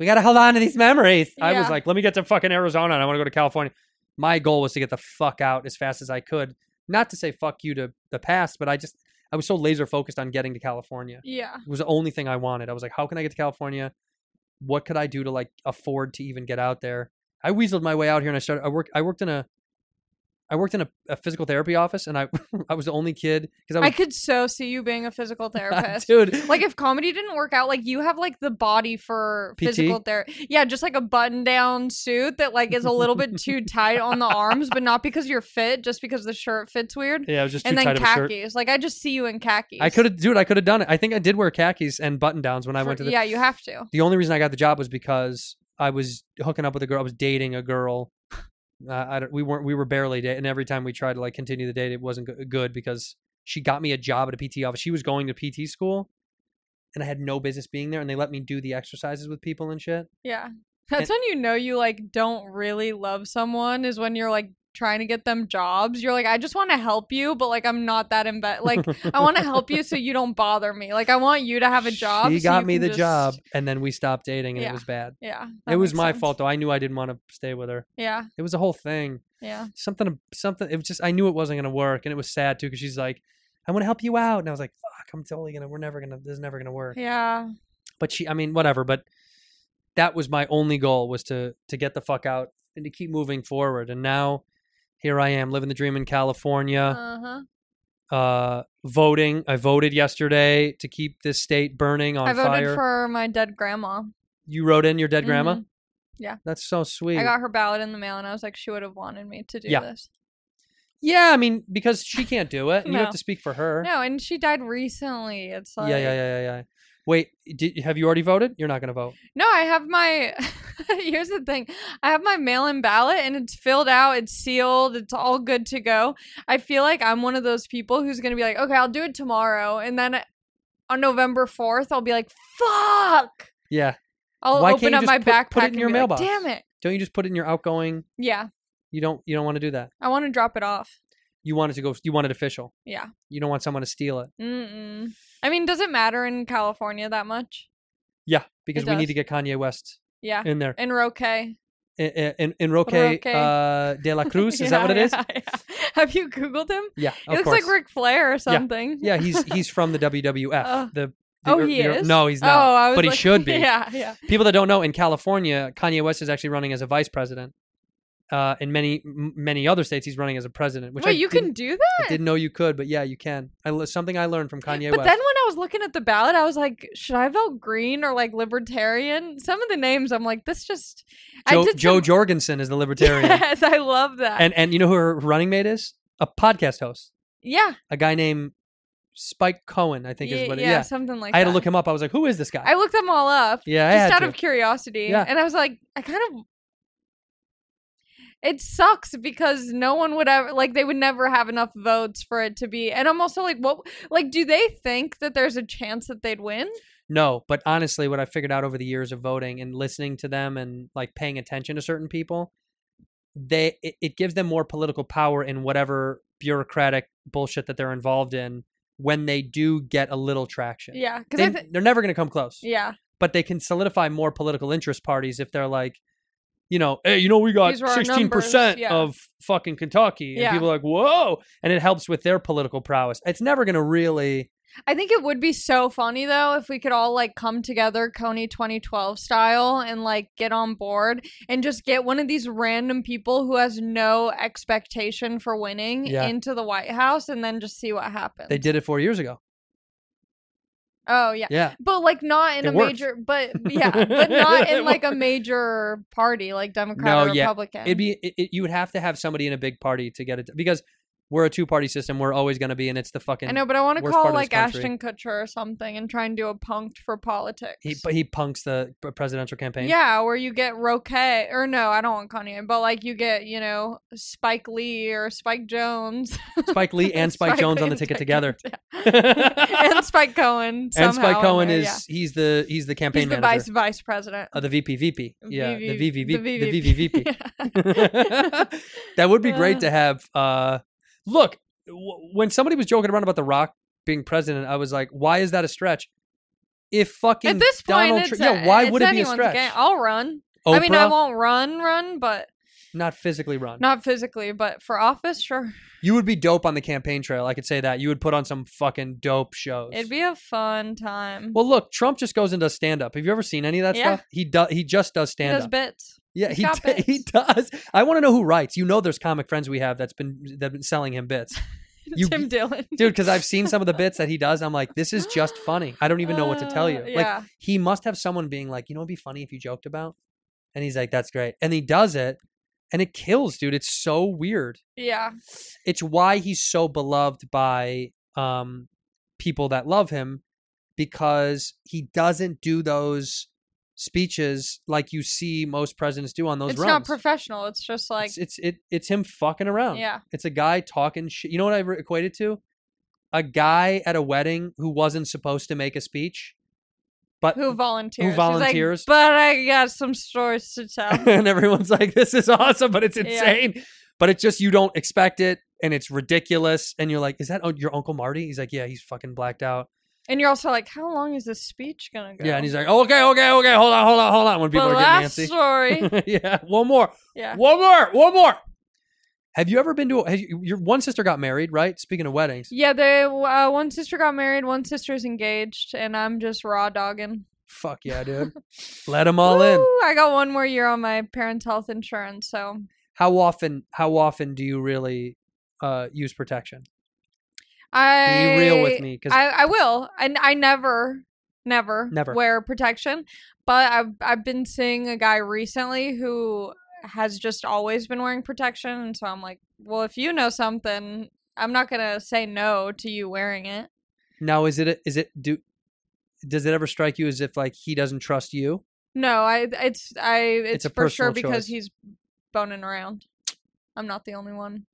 S1: we got to hold on to these memories. I was
S9: Yeah.
S1: like, let me get to fucking Arizona and I want to go to California. My goal was to get the fuck out as fast as I could. Not to say fuck you to the past, but I just I was so laser focused on getting to California.
S9: Yeah,
S1: It was the only thing I wanted. I was like, how can I get to California? What could I do to like afford to even get out there? I weaseled my way out here and I started I worked I worked in a I worked in a, a physical therapy office and I I was the only kid because I
S9: I
S1: was
S9: could so see you being a physical therapist.
S1: dude
S9: Like if comedy didn't work out, like you have like the body for
S1: PT?
S9: physical therapy. Yeah, just like a button-down suit that like is a little bit too tight on the arms, but not because you're fit, just because the shirt fits weird.
S1: yeah, I was just too
S9: and then
S1: tight of a shirt.
S9: khakis. Like I just see you in khakis.
S1: I could have, dude. I could have done it. I think I did wear khakis and button downs when I went to
S9: For-
S1: the.
S9: Yeah, you have to.
S1: The only reason I got the job was because I was hooking up with a girl. I was dating a girl. Uh, I don't, we weren't. We were barely dating. And every time we tried to like continue the date, it wasn't go- good because she got me a job at a PT office. She was going to PT school, and I had no business being there. And they let me do the exercises with people and shit.
S9: Yeah. That's when you know you like don't really love someone is when you're like trying to get them jobs. You're like I just want to help you, but like I'm not that invested. Like I want to help you so you don't bother me. Like I want you to have a job.
S1: She
S9: so
S1: got
S9: you
S1: me
S9: can
S1: the
S9: just-
S1: job, and then we stopped dating, and it
S9: Yeah.
S1: was bad.
S9: Yeah.
S1: it
S9: that
S1: was
S9: makes
S1: my
S9: sense.
S1: fault though. I knew I didn't want to stay with her.
S9: Yeah.
S1: It was a whole thing.
S9: Yeah.
S1: something something it was just i knew it wasn't going to work and it was sad too because she's like i want to help you out and i was like fuck i'm totally gonna we're never gonna this is never gonna work
S9: Yeah.
S1: but she i mean whatever but that was my only goal was to to get the fuck out and to keep moving forward and now here i am living the dream in california
S9: Uh-huh.
S1: uh voting i voted yesterday to keep this state burning on
S9: I voted
S1: fire
S9: for my dead grandma.
S1: you wrote in your dead grandma
S9: Mhm. Yeah.
S1: that's so sweet
S9: I got her ballot in the mail and I was like she would have wanted me to do
S1: Yeah.
S9: this.
S1: yeah i mean because she can't do it and you have
S9: No.
S1: to speak for her
S9: No, and she died recently. It's like
S1: yeah, yeah, yeah, yeah, yeah. Wait, did, have you already voted? You're not going to vote.
S9: No, I have my. Here's the thing I have my mail in ballot and it's filled out, it's sealed, it's all good to go. I feel like I'm one of those people who's going to be like, okay, I'll do it tomorrow. And then on November 4th, I'll be like, fuck.
S1: Yeah.
S9: I'll
S1: Why can't
S9: open
S1: you
S9: up
S1: just
S9: my
S1: put-
S9: backpack
S1: put it in
S9: and
S1: your
S9: be
S1: mailbox?
S9: Like, Damn it.
S1: Don't you just put it in your outgoing?
S9: Yeah.
S1: You don't. You don't want to do that.
S9: I want to drop it off.
S1: You want it to go. You want it official.
S9: Yeah.
S1: You don't want someone to steal it.
S9: Mm-mm. I mean, does it matter in California that much?
S1: Yeah, because we need to
S9: does.
S1: get Kanye West
S9: Yeah.
S1: in there.
S9: And Roque.
S1: in, in, in Roque,
S9: Roque.
S1: Uh, de la Cruz. Is that what it is?
S9: Yeah, yeah. Have you Googled him?
S1: Yeah,
S9: He
S1: of
S9: looks
S1: course.
S9: like Ric Flair or something.
S1: yeah, he's he's from the WWF.
S9: Oh.
S1: the, the
S9: Oh,
S1: er-
S9: he
S1: the er-
S9: is.
S1: No, he's not.
S9: Oh, I was
S1: but
S9: like-
S1: he should be.
S9: Yeah, yeah.
S1: People that don't know, in California, Kanye West is actually running as a vice president. Uh, in many m- many other states, he's running as a president. Which I
S9: Wait, you
S1: didn't-
S9: can do
S1: I
S9: that?
S1: didn't know you could, but yeah, you can. I, le- something I learned from Kanye
S9: but
S1: West.
S9: then when I was looking at the ballot, I was like, should I vote green or like libertarian? Some of the names, I'm like, this just. I
S1: Joe,
S9: did
S1: Joe
S9: some-
S1: Jorgensen is the libertarian,
S9: Yes, I love that.
S1: and and you know who her running mate is? A podcast host,
S9: yeah,
S1: a guy named Spike Cohen, I think
S9: yeah,
S1: is what. it-
S9: yeah,
S1: yeah.
S9: something like
S1: I had
S9: that.
S1: to look him up. I was like, who is this guy?
S9: I looked them all up.
S1: yeah, I had
S9: just out
S1: to.
S9: of curiosity.
S1: Yeah.
S9: And I was like, I kind of. It sucks because no one would ever like they would never have enough votes for it to be. And I'm also like, what? Like, do they think that there's a chance that they'd win?
S1: No, but honestly, what I figured out over the years of voting and listening to them and like paying attention to certain people, they it, it gives them more political power in whatever bureaucratic bullshit that they're involved in when they do get a little traction.
S9: Yeah, because
S1: They,
S9: I think
S1: they're never going to come close.
S9: yeah,
S1: But they can solidify more political interest parties if they're like, you know, hey, you know, we got
S9: These were our
S1: sixteen percent
S9: numbers, yeah.
S1: of fucking Kentucky, and
S9: Yeah.
S1: people are like, whoa, and it helps with their political prowess. It's never going to really.
S9: I think it would be so funny though if we could all like come together, Coney 2012 style, and like get on board and just get one of these random people who has no expectation for winning
S1: Yeah.
S9: into the White House, and then just see what happens.
S1: They did it four years ago.
S9: Oh yeah.
S1: Yeah.
S9: But like not in
S1: It
S9: a
S1: worked.
S9: major, but yeah, but not
S1: It
S9: in like a major party like Democrat
S1: No,
S9: or
S1: yeah.
S9: Republican.
S1: It'd be it, it- you would have to have somebody in a big party to get it because we're a two party system. We're always going to be, and it's the fucking.
S9: I know, but I want to
S1: worst part
S9: call
S1: of this
S9: like
S1: country.
S9: Ashton Kutcher or something and try and do a punked for politics.
S1: He but he punks the p- presidential campaign.
S9: yeah, where you get Roque or no, I don't want Kanye, but like you get you know Spike Lee or Spike Jones,
S1: Spike Lee and Spike, Jones
S9: Lee
S1: on the
S9: and
S1: ticket
S9: Spike
S1: together.
S9: Jones, yeah. and Spike Cohen.
S1: And
S9: somehow
S1: Spike
S9: in
S1: Cohen
S9: there,
S1: is
S9: yeah.
S1: he's the he's the campaign
S9: he's the
S1: manager.
S9: vice vice president.
S1: Uh, the VP VP. Yeah, the
S9: VV
S1: VVVP. The
S9: VVVP.
S1: VVVP.
S9: Yeah.
S1: that would be great
S9: Uh.
S1: to have. Uh, look, w- when somebody was joking around about The Rock being president, I was like, why is that a stretch? If fucking
S9: At this point,
S1: Donald
S9: it's
S1: Trump,
S9: a-
S1: yeah, why
S9: it's
S1: would it be a
S9: anyone's
S1: stretch?
S9: game. I'll run. I mean, I
S1: Oprah?
S9: won't run, run, but
S1: not physically run.
S9: not physically, but for office, sure.
S1: You would be dope on the campaign trail. I could say that. You would put on some fucking dope shows.
S9: It'd be a fun time.
S1: well, look, Trump just goes and does stand up. Have you ever seen any of that
S9: Yeah.
S1: stuff? He does. He just does
S9: he
S1: stand
S9: does
S1: up.
S9: bits.
S1: yeah,
S9: he's
S1: he
S9: got
S1: d- he does. I want to know who writes. You know, there's comic friends we have that's been that been selling him bits, You-
S9: Tim Dillon.
S1: dude. Because I've seen some of the bits that he does. I'm like, this is just funny. I don't even know what to tell you.
S9: Uh,
S1: Like
S9: yeah.
S1: he must have someone being like, you know, it'd be funny if you joked about. And he's like, that's great. And he does it, and it kills, dude. It's so weird.
S9: yeah.
S1: it's why he's so beloved by um people that love him because he doesn't do those speeches like you see most presidents do on those
S9: It's
S1: runs.
S9: not professional. It's just like,
S1: it's, it's it it's him fucking around.
S9: yeah.
S1: It's a guy talking shit. You know what I re- equate it to? A guy at a wedding who wasn't supposed to make a speech, but
S9: Who volunteers? He's like,
S1: volunteers?
S9: but I got some stories to tell.
S1: and everyone's like, "This is awesome," but it's
S9: Yeah.
S1: insane. But it's just you don't expect it, and it's ridiculous. And you're like, "Is that un- your uncle Marty?" He's like, "Yeah, he's fucking blacked out."
S9: and you're also like, how long is this speech going to go?
S1: Yeah, and he's like, "Okay, okay, okay, hold on, hold on, hold on." When
S9: the
S1: people are
S9: last
S1: getting
S9: story.
S1: antsy, yeah, one more,
S9: yeah.
S1: one more, one more. Have you ever been to? Has you, your one sister got married, right? Speaking of weddings,
S9: Yeah, they uh, one sister got married, one sister's engaged, and I'm just raw dogging.
S1: fuck yeah, dude, let them all in.
S9: Woo! I got one more year on my parents' health insurance, so
S1: How often? How often do you really uh, use protection?
S9: I
S1: Be real with me, because
S9: I, I will, and I never, never,
S1: Never.
S9: wear protection. But I've I've been seeing a guy recently who has just always been wearing protection, and so I'm like, well, if you know something, I'm not gonna say no to you wearing it.
S1: now is it? a- Is it do? Does it ever strike you as if like he doesn't trust you?
S9: No, I it's I it's,
S1: a
S9: for sure
S1: personal choice.
S9: because he's boning around. I'm not the only one.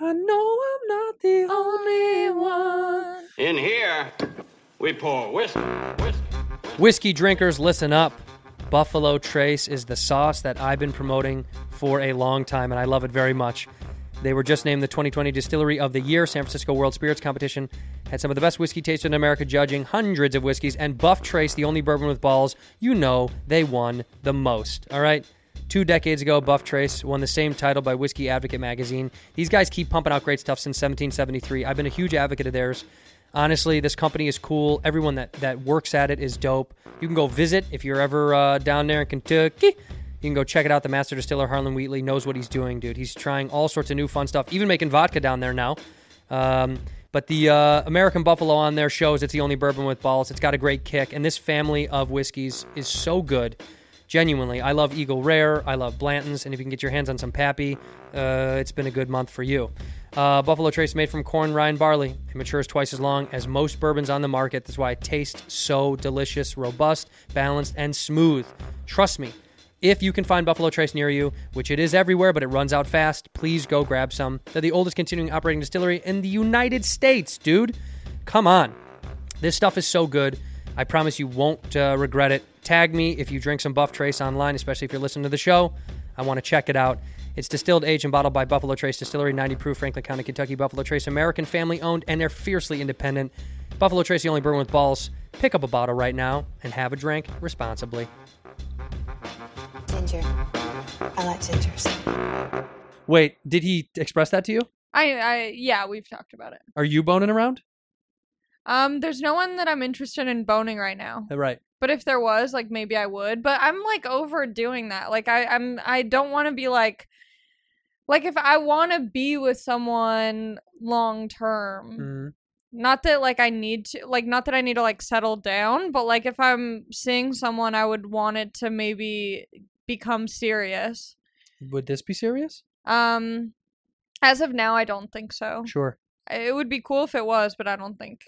S1: I know I'm not the only one.
S2: In here, we pour whiskey, whiskey.
S1: Whiskey drinkers, listen up. Buffalo Trace is the sauce that I've been promoting for a long time, and I love it very much. They were just named the 2020 Distillery of the Year. San Francisco World Spirits Competition had some of the best whiskey tasted in America, judging hundreds of whiskeys. And Buff Trace, the only bourbon with balls, you know they won the most. All right? Two decades ago, Buff Trace won the same title by Whiskey Advocate magazine. These guys keep pumping out great stuff since 1773. I've been a huge advocate of theirs. Honestly, this company is cool. Everyone that, that works at it is dope. You can go visit if you're ever uh, down there in Kentucky. You can go check it out. The master distiller, Harlan Wheatley, knows what he's doing, dude. He's trying all sorts of new fun stuff, even making vodka down there now. Um, but the uh, American Buffalo on there shows it's the only bourbon with balls. It's got a great kick, and this family of whiskeys is so good. Genuinely, I love Eagle Rare. I love Blanton's, and if you can get your hands on some Pappy, uh, it's been a good month for you. Uh, Buffalo Trace made from corn, rye, and barley. It matures twice as long as most bourbons on the market. That's why it tastes so delicious, robust, balanced, and smooth. Trust me, if you can find Buffalo Trace near you, which it is everywhere, but it runs out fast, please go grab some. They're the oldest continuing operating distillery in the United States, dude. Come on. This stuff is so good. I promise you won't uh, regret it. Tag me if you drink some Buff Trace online, especially if you're listening to the show. I want to check it out. It's distilled, aged, and bottled by Buffalo Trace Distillery, 90 proof, Franklin County, Kentucky. Buffalo Trace, American family owned, and they're fiercely independent. Buffalo Trace, the only bourbon with balls. Pick up a bottle right now and have a drink responsibly.
S8: Ginger. I like gingers.
S1: Wait, did he express that to you?
S9: I, I, yeah, we've talked about it.
S1: Are you boning around?
S9: Um, there's no one that I'm interested in boning right now.
S1: Right.
S9: But if there was, like, maybe I would. But I'm like overdoing that. Like, I, I'm, I don't want to be like, like if I want to be with someone long term,
S1: Mm.
S9: not that like I need to, like, not that I need to like settle down, but like if I'm seeing someone, I would want it to maybe become serious.
S1: Would this be serious?
S9: Um, as of now, I don't think so.
S1: Sure.
S9: It would be cool if it was, but I don't think,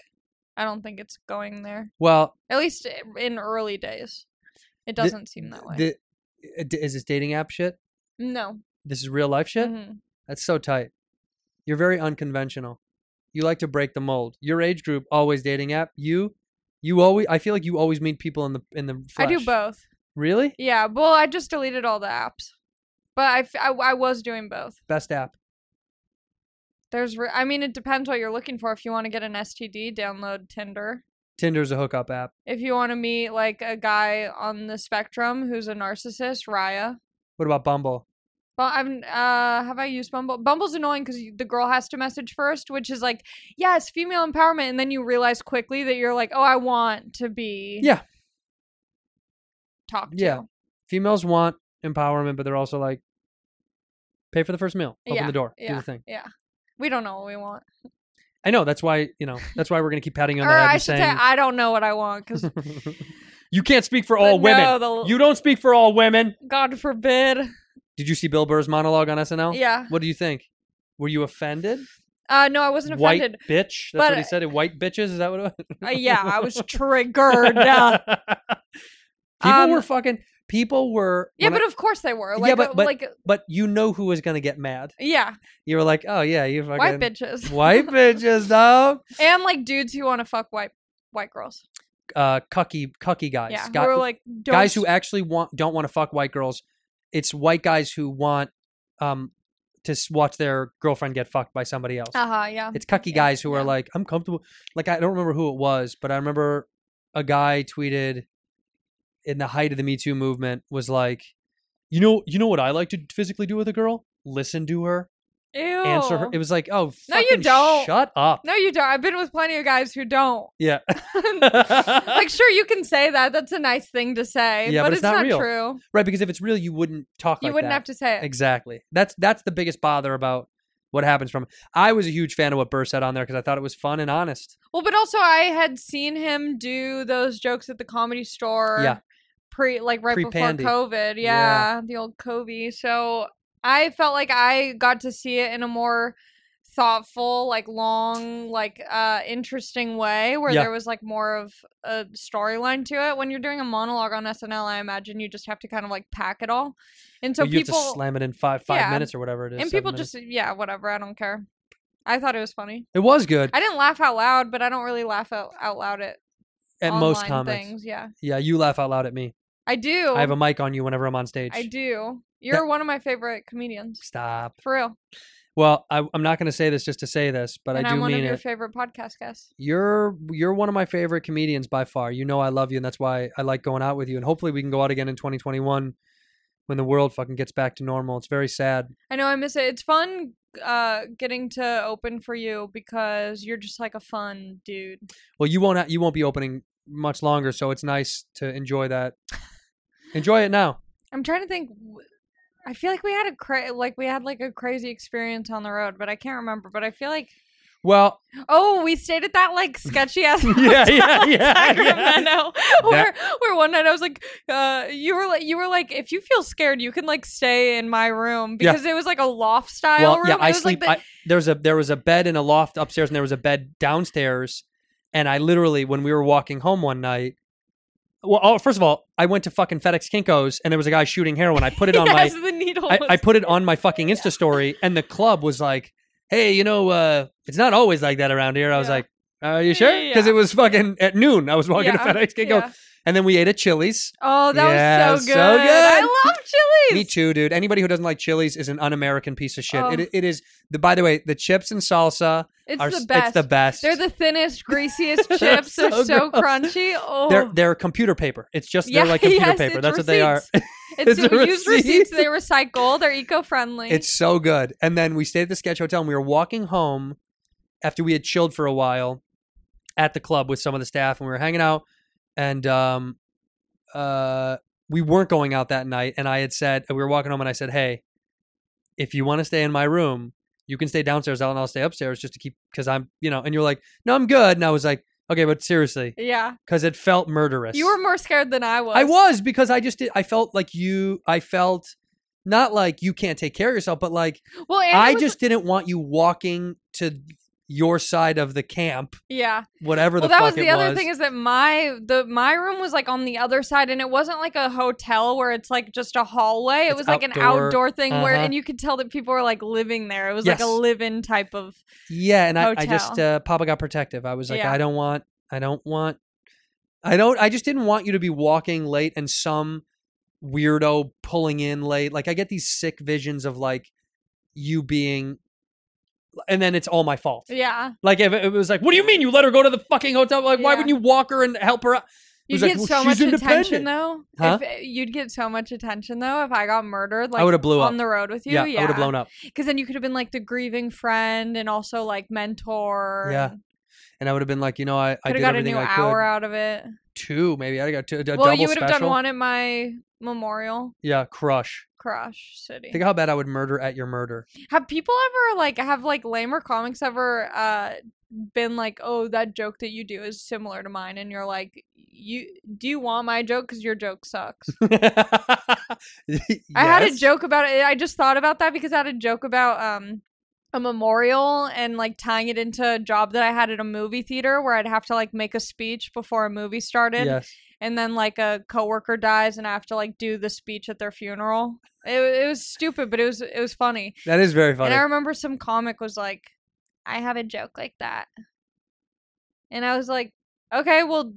S9: I don't think it's going there.
S1: Well,
S9: At least i- in early days, it
S1: The-
S9: doesn't seem that way.
S1: the, uh, d- is this dating app shit?
S9: no.
S1: This is real life shit?
S9: Mhm.
S1: That's so tight. You're very unconventional. You like to break the mold. Your age group always dating app. You, you always. I feel like you always meet people in the in the.
S9: I do
S1: flesh.
S9: both.
S1: Really?
S9: Yeah. Well, I just deleted all the apps, but I, f- I, I was doing both.
S1: Best app.
S9: There's, re- I mean, it depends what you're looking for. If you want to get an STD, download Tinder.
S1: Tinder's a hookup app.
S9: If you want to meet like a guy on the spectrum who's a narcissist, Raya.
S1: What about Bumble?
S9: Well, I've uh, have I used Bumble? Bumble's annoying because the girl has to message first, which is like, yes, female empowerment, and then you realize quickly that you're like, oh, I want to be
S1: Yeah.
S9: talked
S1: Yeah.
S9: to.
S1: Females want empowerment, but they're also like, pay for the first meal, open
S9: Yeah,
S1: the door, do
S9: yeah.
S1: the thing.
S9: We don't know what we want,
S1: I know. That's why you know. That's why we're gonna keep patting you on
S9: or
S1: the head
S9: I
S1: and
S9: should say,
S1: saying
S9: I don't know what I want because
S1: you can't speak for all Oh, women.
S9: No, the,
S1: You don't speak for all women.
S9: God forbid.
S1: Did you see Bill Burr's monologue on SNL?
S9: Yeah.
S1: What do you think? Were you offended?
S9: Uh, no, I wasn't
S1: White
S9: offended.
S1: bitch. That's
S9: but-
S1: what he said. White bitches. Is that what it was?
S9: Uh, yeah, I was triggered. Uh,
S1: people
S9: Um,
S1: were fucking. People were.
S9: yeah,
S1: when I-
S9: but of course they were.
S1: Yeah,
S9: Like,
S1: but-
S9: uh,
S1: but-
S9: like, uh,
S1: but you know who was gonna get mad.
S9: yeah,
S1: You were like, oh yeah, you fucking
S9: white bitches
S1: white bitches, dog.
S9: and like dudes who want to fuck white white girls.
S1: Uh, cucky, cucky guys.
S9: yeah,
S1: Guy-
S9: who are like don't
S1: guys who actually want don't want to fuck white girls. It's white guys who want um to s- watch their girlfriend get fucked by somebody else.
S9: Uh huh. Yeah.
S1: It's cucky
S9: yeah,
S1: guys who
S9: yeah.
S1: are like, I'm comfortable. Like, I don't remember who it was, but I remember a guy tweeted in the height of the Me Too movement was like, you know, you know what I like to physically do with a girl? Listen to her,
S9: Ew.
S1: answer her. It was like, oh,
S9: No, you
S1: fucking
S9: don't.
S1: Shut up.
S9: no, you don't. I've been with plenty of guys who don't.
S1: Yeah.
S9: like, sure, you can say that. That's a nice thing to say.
S1: Yeah, but it's
S9: it's
S1: not
S9: not,
S1: real.
S9: true.
S1: right. Because if it's real, you wouldn't talk
S9: You
S1: like
S9: wouldn't
S1: that.
S9: have to say it.
S1: Exactly. That's that's the biggest bother about what happens from. I was a huge fan of what Burr said on there because I thought it was fun and honest.
S9: Well, but also I had seen him do those jokes at the comedy store.
S1: Yeah.
S9: Pre like right
S1: Pre-pandy.
S9: before COVID. Yeah,
S1: Yeah.
S9: The old Covey. So I felt like I got to see it in a more thoughtful, like long, like uh interesting way where
S1: Yeah.
S9: there was like more of a storyline to it. When you're doing a monologue on SNL, I imagine you just have to kind of like pack it all. And so
S1: But you
S9: people
S1: have to slam it in five five
S9: Yeah.
S1: minutes or whatever it is.
S9: and
S1: seven
S9: people
S1: minutes.
S9: just yeah, whatever, I don't care. I thought it was funny.
S1: it was good
S9: I didn't laugh out loud, but I don't really laugh out, out loud at
S1: at most
S9: online
S1: comics.
S9: things. Yeah,
S1: Yeah, you laugh out loud at me.
S9: I do.
S1: I have a mic on you whenever I'm on stage.
S9: I do. You're one of my favorite comedians,
S1: Stop.
S9: for real,
S1: Well, I, I'm not going to say this just to say this, but
S9: and
S1: I do
S9: am one
S1: mean
S9: of your
S1: it.
S9: favorite podcast guests.
S1: You're you're one of my favorite comedians by far. You know I love you, and that's why I like going out with you. And hopefully we can go out again in 2021 when the world fucking gets back to normal. It's very sad.
S9: I know I miss it. It's fun uh getting to open for you because you're just like a fun dude.
S1: Well, you won't ha- you won't be opening much longer, so it's nice to enjoy that. enjoy it now.
S9: I'm trying to think w- I feel like we had a cra- like we had like a crazy experience on the road, but I can't remember, but I feel like
S1: Well,
S9: oh, we stayed at that like sketchy ass
S1: yeah, yeah, yeah, yeah.
S9: Sacramento, where where one night I was like, uh, you were like, you were like, if you feel scared, you can like stay in my room
S1: Yeah.
S9: because it was like a loft style
S1: Well,
S9: room.
S1: yeah,
S9: and
S1: I
S9: it was,
S1: sleep.
S9: Like the-
S1: I, there was a there was a bed in a loft upstairs, and there was a bed downstairs. And I literally, when we were walking home one night, well, oh, first of all, I went to fucking FedEx Kinkos, and there was a guy shooting heroin. I put it on
S9: yes,
S1: my,
S9: the needle.
S1: I, I
S9: was-
S1: put it on my fucking Insta story, and the club was like, "Hey, you know, uh, it's not always like that around here." I was
S9: Yeah.
S1: like, "Are you sure?" Because
S9: Yeah.
S1: it was fucking at noon. I was walking
S9: Yeah,
S1: to FedEx Kinkos,
S9: yeah.
S1: and then we ate at Chili's.
S9: Oh, that
S1: Yeah,
S9: was so
S1: so
S9: good. I
S1: good.
S9: love chilies.
S1: Me too, dude. Anybody who doesn't like chilies is an un-American piece of shit.
S9: Oh.
S1: It, it is the. By the way, the chips and salsa
S9: It's
S1: are
S9: the
S1: s-
S9: best.
S1: It's the best.
S9: They're the thinnest, greasiest
S1: They're
S9: chips. They're
S1: so
S9: so,
S1: gross.
S9: crunchy. Oh,
S1: They're they're computer paper. It's just
S9: Yeah,
S1: they're like computer
S9: yes,
S1: paper.
S9: it's
S1: That's what they are.
S9: receipts. it's,
S1: it's a receipt.
S9: used receipts. They recycle. They're eco friendly.
S1: It's so good. And then we stayed at the sketch hotel and we were walking home after we had chilled for a while at the club with some of the staff and we were hanging out and um uh we weren't going out that night and I had said we were walking home and I said, "Hey, if you want to stay in my room, you can stay downstairs and I'll stay upstairs just to keep cuz I'm, you know." And you're like, "No, I'm good." And I was like, "Okay, but seriously,
S9: yeah.
S1: cuz it felt murderous."
S9: You were more scared than I was.
S1: I was because I just did, I felt like you I felt not like you can't take care of yourself, but like
S9: Well, and it
S1: I
S9: was-
S1: just didn't want you walking to your side of the camp,
S9: yeah.
S1: whatever
S9: Well,
S1: the
S9: that
S1: fuck
S9: was the
S1: it
S9: other
S1: was.
S9: thing is that my the my room was like on the other side, and it wasn't like a hotel where it's like just a hallway. It
S1: It's
S9: was like an
S1: outdoor,
S9: outdoor thing where,
S1: uh-huh.
S9: and you could tell that people were like living there. It was like
S1: Yes.
S9: a live-in type of.
S1: yeah, and I, I just
S9: hotel.
S1: uh, Papa got protective. I was like,
S9: Yeah.
S1: I don't want, I don't want, I don't, I just didn't want you to be walking late and some weirdo pulling in late. Like I get these sick visions of like you being, and then it's all my fault.
S9: Yeah,
S1: Like if it it was like, what do you mean you let her go to the fucking hotel? Like why
S9: Yeah.
S1: wouldn't you walk her and help her out? It
S9: you'd
S1: was like,
S9: get
S1: "Well,
S9: so much
S1: she's
S9: attention
S1: independent."
S9: though.
S1: Huh?
S9: If, you'd get so much attention though if I got murdered. Like
S1: would've blew
S9: on
S1: up.
S9: the road with you.
S1: yeah, I
S9: Yeah,
S1: would have blown up.
S9: Because then you could have been like the grieving friend and also like mentor.
S1: Yeah. and I would have been like, you know, I, I
S9: could
S1: did
S9: have got a
S1: everything
S9: new
S1: I could.
S9: hour out of it.
S1: Two, maybe I got two, a
S9: well,
S1: double
S9: you would
S1: special.
S9: have done one at my memorial
S1: Yeah, crush.
S9: crush city.
S1: Think how bad I would murder at your murder.
S9: Have people ever like have like lamer comics ever uh been like, "Oh, that joke that you do is similar to mine." And you're like, "You do you want my joke cuz your joke sucks?" I had a
S1: Yes.
S9: joke about it. I just thought about that because I had a joke about um a memorial and like tying it into a job that I had at a movie theater where I'd have to like make a speech before a movie started
S1: Yes.
S9: and then like a coworker dies and I have to like do the speech at their funeral. It, it was stupid, but it was it was funny.
S1: That is very funny.
S9: And I remember some comic was like, I have a joke like that. And I was like, okay, well,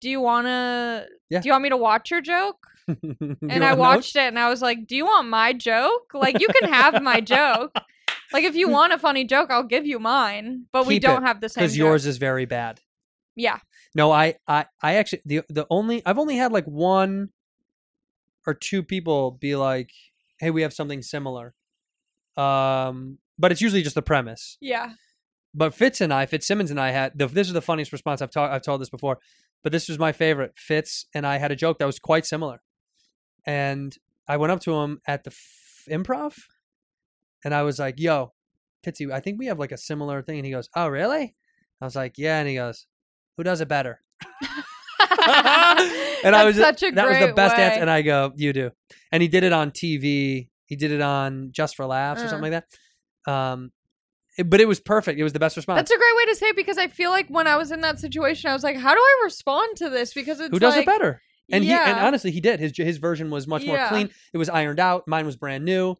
S9: do you want to
S1: Yeah.
S9: do you want me to watch your joke?
S1: You
S9: And
S1: wanna
S9: I
S1: know?
S9: watched it and I was like, do you want my joke? Like you can have my joke. Like if you want a funny joke, I'll give you mine, but we
S1: Keep
S9: don't
S1: it,
S9: have the same joke.
S1: yours is very bad.
S9: Yeah.
S1: No, I, I, I actually the the only I've only had like one or two people be like, "Hey, we have something similar," um, but it's usually just the premise.
S9: Yeah.
S1: But Fitz and I, Fitzsimmons and I had the, this is the funniest response I've talked I've told this before, but this was my favorite. Fitz and I had a joke that was quite similar, and I went up to him at the f- improv, and I was like, "Yo, Fitzy, I think we have like a similar thing." And he goes, "Oh, really?" I was like, "Yeah," and he goes, "Who does it better?" and I
S9: That's
S1: was
S9: such a
S1: that was the
S9: great
S1: best answer.
S9: way.
S1: And I go, you do. And he did it on TV. He did it on Just for Laughs or
S9: Uh.
S1: something like that. Um, it- but it was perfect. It was the best response.
S9: That's a great way to say it because I feel like when I was in that situation, I was like, how do I respond to this? Because it's
S1: Who does
S9: like,
S1: it better? And he and
S9: yeah.
S1: honestly, he did. His his version was much more
S9: Yeah.
S1: clean. It was ironed out. Mine was brand new.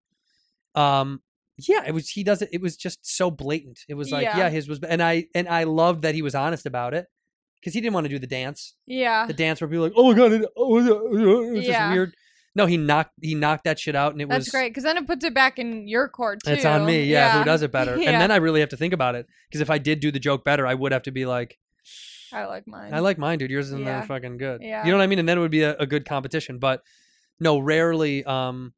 S1: Um, yeah, it was. He does it. It was just so blatant. It was like, yeah,
S9: Yeah.
S1: his was. And I and I loved that he was honest about it because he didn't want to do the dance.
S9: Yeah.
S1: the dance where people were like, oh my god, it, oh, yeah, yeah," it was just
S9: Yeah.
S1: weird. No, he knocked he knocked that shit out, and it
S9: That's
S1: was
S9: great because then it puts it back in your court too.
S1: It's on me, yeah, Who does it better? And then I really have to think about it because if I did do the joke better, I would have to be like,
S9: I like mine.
S1: I like mine, dude. Yours isn't
S9: Yeah.
S1: that fucking good.
S9: Yeah.
S1: You know what I mean? And then it would be a, a good competition. But No, rarely. Um,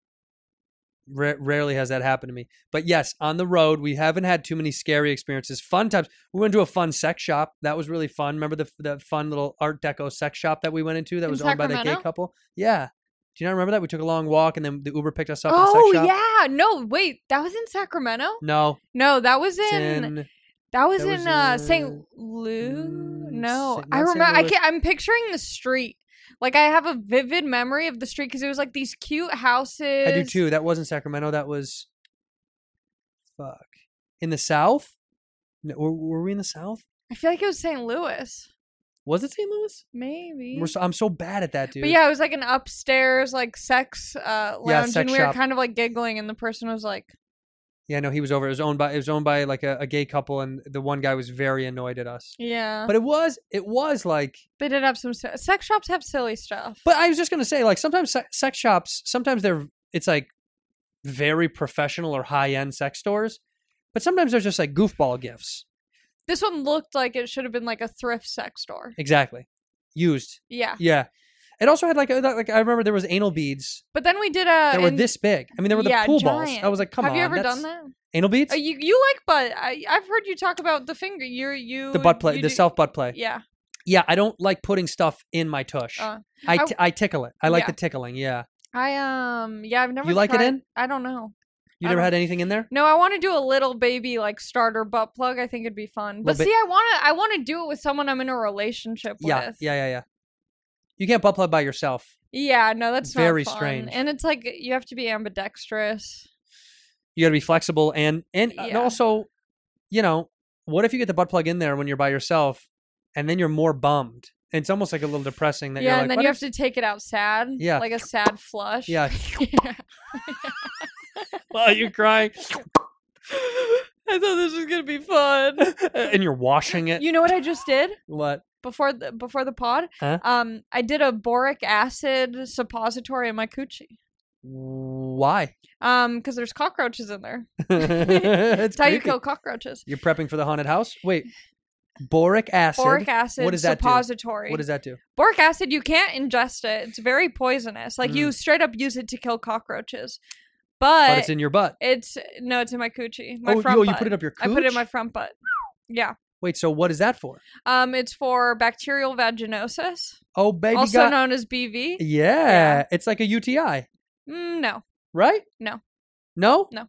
S1: ra- rarely has that happened to me. But yes, on the road, we haven't had too many scary experiences. Fun times. We went to a fun sex shop. That was really fun. Remember the the fun little Art Deco sex shop that we went into that
S9: In
S1: was owned by that gay
S9: Sacramento?
S1: couple? Yeah. Do you not remember that? We took a long walk and then the Uber picked us up. at the
S9: Oh
S1: sex shop.
S9: yeah, no wait, that was in Sacramento.
S1: No,
S9: No, that was
S1: it's
S9: in,
S1: in-
S9: that was
S1: that
S9: in
S1: was
S9: uh,
S1: in-
S9: St. Lou.
S1: mm,
S9: No,
S1: Saint-
S9: I
S1: not Saint
S9: remember. I
S1: Louis.
S9: can't. I'm picturing the street. Like I have a vivid memory of the street because it was like these cute houses.
S1: I do too. That wasn't Sacramento. That was fuck in the South. No, were, were we in the South?
S9: I feel like it was St. Louis,
S1: Was it St. Louis?
S9: maybe.
S1: We're so, I'm so bad at that, dude.
S9: But yeah, it was like an upstairs like sex uh, lounge,
S1: sex
S9: and we
S1: shop.
S9: were kind of like giggling, and the person was like,
S1: yeah. No, he was over. It was owned by it was owned by like a, a gay couple, and the one guy was very annoyed at us.
S9: "Yeah."
S1: But it was it was like.
S9: they did have some se- sex shops have silly stuff.
S1: But I was just gonna say, like sometimes se- sex shops, sometimes they're it's like very professional or high end sex stores, but sometimes there's just like goofball gifts.
S9: This one looked like it should have been like a thrift sex store.
S1: Exactly, used.
S9: Yeah,
S1: Yeah. It also had like a- like I remember there was anal beads
S9: but then we did a.
S1: that were
S9: in-
S1: this big. I mean, there were the
S9: yeah,
S1: pool balls. I
S9: giant.
S1: was like, come
S9: have
S1: on.
S9: you ever
S1: that's-
S9: done that?
S1: Anal beads?
S9: Uh, you you like butt? I I've heard you talk about the finger. You you
S1: the butt play,
S9: you
S1: the
S9: do-
S1: self butt play. Yeah.
S9: Yeah,
S1: I don't like putting stuff in my tush.
S9: Uh,
S1: I,
S9: I-
S1: t- I tickle it. I like
S9: Yeah.
S1: the tickling. Yeah.
S9: I um yeah I've never.
S1: You like it
S9: tried-
S1: in?
S9: I don't know.
S1: You
S9: I
S1: never
S9: don't-
S1: had anything in there?
S9: No, I want to do a little baby like starter butt plug. I think it'd be fun. But
S1: Little ba-
S9: see, I want to I want to do it with someone I'm in a relationship
S1: Yeah.
S9: with.
S1: Yeah. Yeah. Yeah. You can't butt play by yourself.
S9: Yeah, no, that's not
S1: Very
S9: fun.
S1: strange.
S9: And it's like you have to be ambidextrous.
S1: You got to be flexible and and, and
S9: Yeah.
S1: also, you know, what if you get the butt plug in there when you're by yourself, and then you're more bummed? It's almost like a little depressing that
S9: yeah,
S1: you're like,
S9: and then
S1: "What
S9: you
S1: if-
S9: have to take it out sad.
S1: Yeah.
S9: like a sad flush.
S1: Yeah.
S9: yeah.
S1: Well, you're crying
S9: I thought this was gonna be fun.
S1: Uh, and you're washing it.
S9: you know what I just did?
S1: what?
S9: before the before the pod,
S1: Huh?
S9: um, I did a boric acid suppository in my coochie.
S1: Why?
S9: Um, because there's cockroaches in there.
S1: it's
S9: That's how you
S1: creepy.
S9: kill cockroaches.
S1: You're prepping for the haunted house. Wait, boric acid.
S9: Boric acid
S1: What does that do?
S9: suppository.
S1: What does that do?
S9: boric acid? You can't ingest it. It's very poisonous. Like you straight up use it to kill cockroaches. But,
S1: Mm. But it's in your butt.
S9: it's no, it's in my coochie. Uh, My
S1: oh, you-
S9: front
S1: oh, you
S9: butt.
S1: put it up your.
S9: I put it in my
S1: cooch?
S9: front butt. Yeah.
S1: Wait, so what is that for?
S9: Um, it's for bacterial vaginosis,
S1: Oh, baby,
S9: also
S1: got-
S9: known as BV.
S1: yeah,
S9: Yeah.
S1: it's like a UTI,
S9: Mm, no.
S1: right?
S9: No.
S1: No.
S9: No.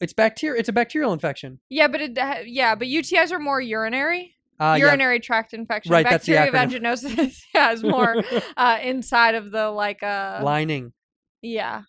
S1: It's bacteria. It's a bacterial infection.
S9: Yeah, but it ha- yeah, but UTIs are more urinary.
S1: Uh, yeah.
S9: urinary tract infection.
S1: Right, that's the
S9: Bacteria
S1: acronym.
S9: vaginosis has more uh, inside of the like uh
S1: lining.
S9: yeah.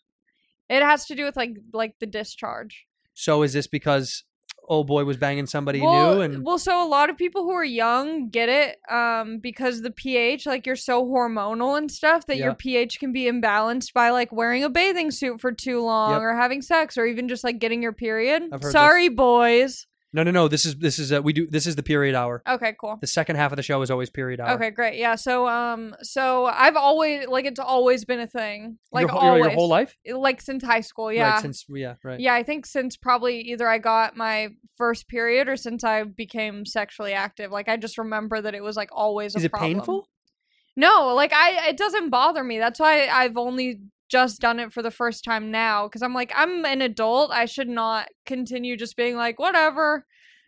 S9: It has to do with like like the discharge.
S1: So is this because old boy was banging somebody
S9: well, uh,
S1: new and
S9: well, so a lot of people who are young get it um, because the pH, like you're so hormonal and stuff that
S1: Yeah.
S9: your pH can be imbalanced by like wearing a bathing suit for too long
S1: Yep.
S9: or having sex or even just like getting your period.
S1: I've heard this.
S9: Sorry, boys.
S1: no, no, no. This is this is uh, we do this is the period hour.
S9: Okay, cool.
S1: The second half of the show is always period hour.
S9: Okay, great. Yeah. So, um, so I've always like it's always been a thing, like
S1: your, whole- your-
S9: always,
S1: your whole life.
S9: like since high school. Yeah,
S1: Right, since yeah, right.
S9: yeah. I think since probably either I got my first period or since I became sexually active. Like I just remember that it was like always.
S1: Is
S9: a
S1: it
S9: problem.
S1: painful?
S9: No, like I, it doesn't bother me. That's why I've only just done it for the first time now because I'm like I'm an adult. I should not continue just being like whatever.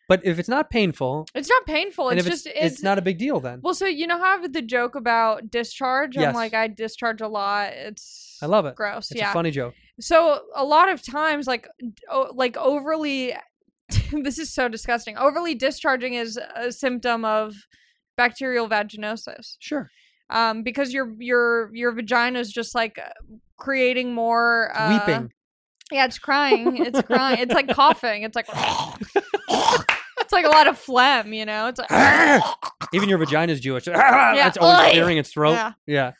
S1: But if it's not painful,
S9: It's not painful.
S1: and
S9: It's
S1: if
S9: just
S1: it's, it's, not a big deal, then
S9: Well, so you know how I have the joke about discharge?
S1: Yes.
S9: I'm like, I discharge a lot. It's
S1: I love it.
S9: gross.
S1: it's
S9: yeah.
S1: a funny joke.
S9: so a lot of times, like, d- o- like overly, this is so disgusting. Overly discharging is a symptom of bacterial vaginosis
S1: Sure,
S9: um, because your your your vagina is just like uh, creating more uh,
S1: weeping.
S9: Yeah, it's crying. It's crying. It's like coughing. It's like. It's like a lot of phlegm, you know. It's uh, like
S1: Even your vagina's Jewish. yeah. It's always
S9: Oi.
S1: clearing its throat. Yeah.
S9: Yeah.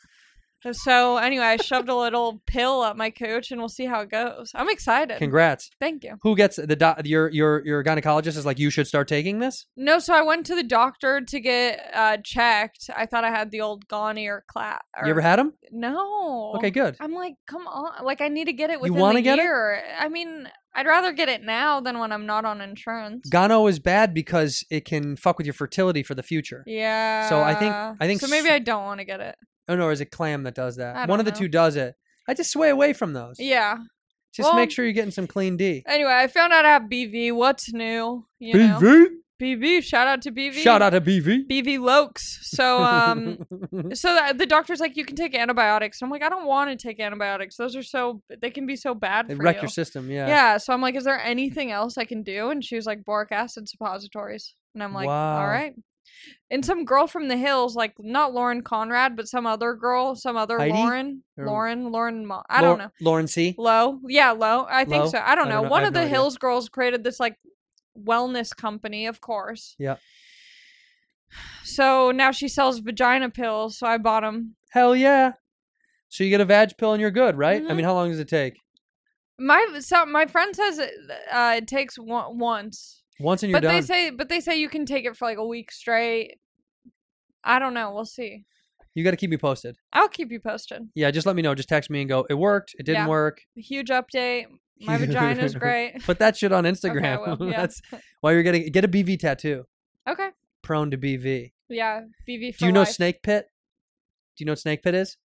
S9: So anyway, I shoved a little pill up my cooch, and we'll see how it goes. I'm excited.
S1: Congrats.
S9: Thank you.
S1: Who gets the doc? Your your your gynecologist is like, you should start taking this.
S9: No, so I went to the doctor to get uh, checked. I thought I had the old Gonny or clap.
S1: You ever had them?
S9: No.
S1: Okay, good.
S9: I'm like, come on! Like, I need to get it within
S1: wanna
S9: the
S1: get it?
S9: year. I mean, I'd rather get it now than when I'm not on insurance.
S1: Gono is bad because it can fuck with your fertility for the future.
S9: yeah.
S1: I think- I think
S9: so. Maybe
S1: s-
S9: I don't want to get it.
S1: Oh no, or is it clam that does that?
S9: I
S1: One
S9: don't
S1: of the
S9: know.
S1: two does it. I just sway away from those.
S9: Yeah.
S1: Just
S9: well-
S1: make sure you're getting some clean D.
S9: Anyway, I found out I have BV. What's new? You know,
S1: BV.
S9: BV. Shout out to BV.
S1: Shout out to BV.
S9: BV Lokes. So um, so the, the doctor's like, you can take antibiotics. And I'm like, I don't want to take antibiotics. Those are so they can be so bad for
S1: It wrecked
S9: you.
S1: your system. Yeah.
S9: yeah. So I'm like, is there anything else I can do? And she was like, boric acid suppositories. And I'm like,
S1: Wow.
S9: all right. And some girl from the hills, like not Lauren Conrad, but some other girl, some other
S1: Heidi?
S9: Lauren,
S1: Or-
S9: Lauren, Lauren. Mo- I don't know.
S1: Lauren C.
S9: Low, yeah, low. I think
S1: Low?
S9: so. I don't
S1: I
S9: know.
S1: don't know. I
S9: One
S1: have
S9: of
S1: no
S9: the
S1: idea.
S9: Hills girls created this like wellness company, of course.
S1: Yep.
S9: So now she sells vagina pills. So I bought them.
S1: Hell yeah. So you get a vag pill and you're good, right? I
S9: Mhm.
S1: mean, how long does it take?
S9: My so my friend says it, uh, it takes one, once,
S1: Once and you're
S9: but
S1: done.
S9: they say but they say you can take it for like a week straight. I don't know. We'll see.
S1: you got to keep me posted.
S9: I'll keep you posted.
S1: Yeah, just let me know. Just text me and go. It worked. It didn't
S9: Yeah.
S1: work.
S9: Huge update. My vagina's great.
S1: Put that shit on
S9: Okay, I
S1: Instagram.
S9: will, yeah.
S1: That's why you're getting get a BV tattoo.
S9: okay.
S1: Prone to BV.
S9: Yeah. BV for
S1: Do you know
S9: life.
S1: Snake Pit? Do you know what Snake Pit is?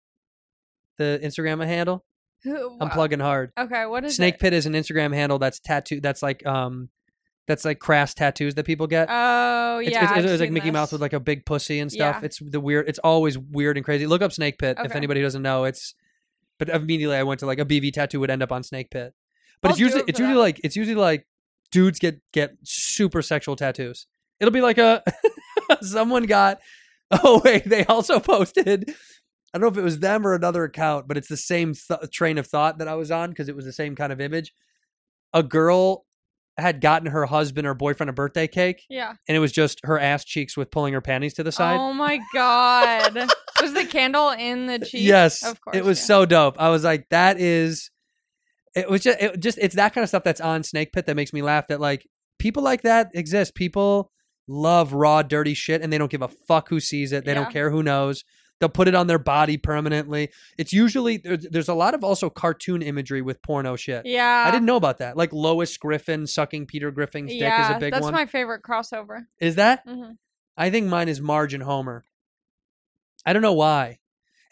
S1: The Instagram handle?
S9: Who- uh,
S1: I'm plugging hard.
S9: Okay. What is
S1: Snake
S9: it?
S1: Pit is an Instagram handle that's tattoo that's like um that's like crass tattoos that people get.
S9: Oh yeah.
S1: It's, it's,
S9: I've
S1: it's like
S9: seen
S1: Mickey Mouse
S9: this.
S1: with like a big pussy and stuff.
S9: Yeah.
S1: It's the weird. It's always weird and crazy. Look up Snake Pit if
S9: Okay.
S1: anybody doesn't know. It's, but immediately I went to like a BV tattoo would end up on Snake Pit. But it's
S9: I'll do
S1: usually
S9: it
S1: it's
S9: for
S1: usually
S9: that.
S1: like it's usually like dudes get get super sexual tattoos. It'll be like a someone got. Oh wait, they also posted. I don't know if it was them or another account, but it's the same th- train of thought that I was on because it was the same kind of image. A girl had gotten her husband or boyfriend a birthday cake,
S9: Yeah.
S1: and it was just her ass cheeks with pulling her panties to the side.
S9: Oh my god. was the candle in the cheek?
S1: yes,
S9: Of course.
S1: it was
S9: yeah.
S1: so dope. I was like, that is. It was just, it just, it's that kind of stuff that's on Snake Pit that makes me laugh. That like people like that exist. People love raw, dirty shit, and they don't give a fuck who sees it. They
S9: Yeah.
S1: don't care who knows. They'll put it on their body permanently. It's usually there's, there's a lot of also cartoon imagery with porno shit.
S9: Yeah.
S1: I didn't know about that. Like Lois Griffin sucking Peter Griffin's dick
S9: yeah,
S1: is a big
S9: that's
S1: one.
S9: my favorite crossover.
S1: is that?
S9: hmm
S1: I think mine is Marge and Homer. I don't know why.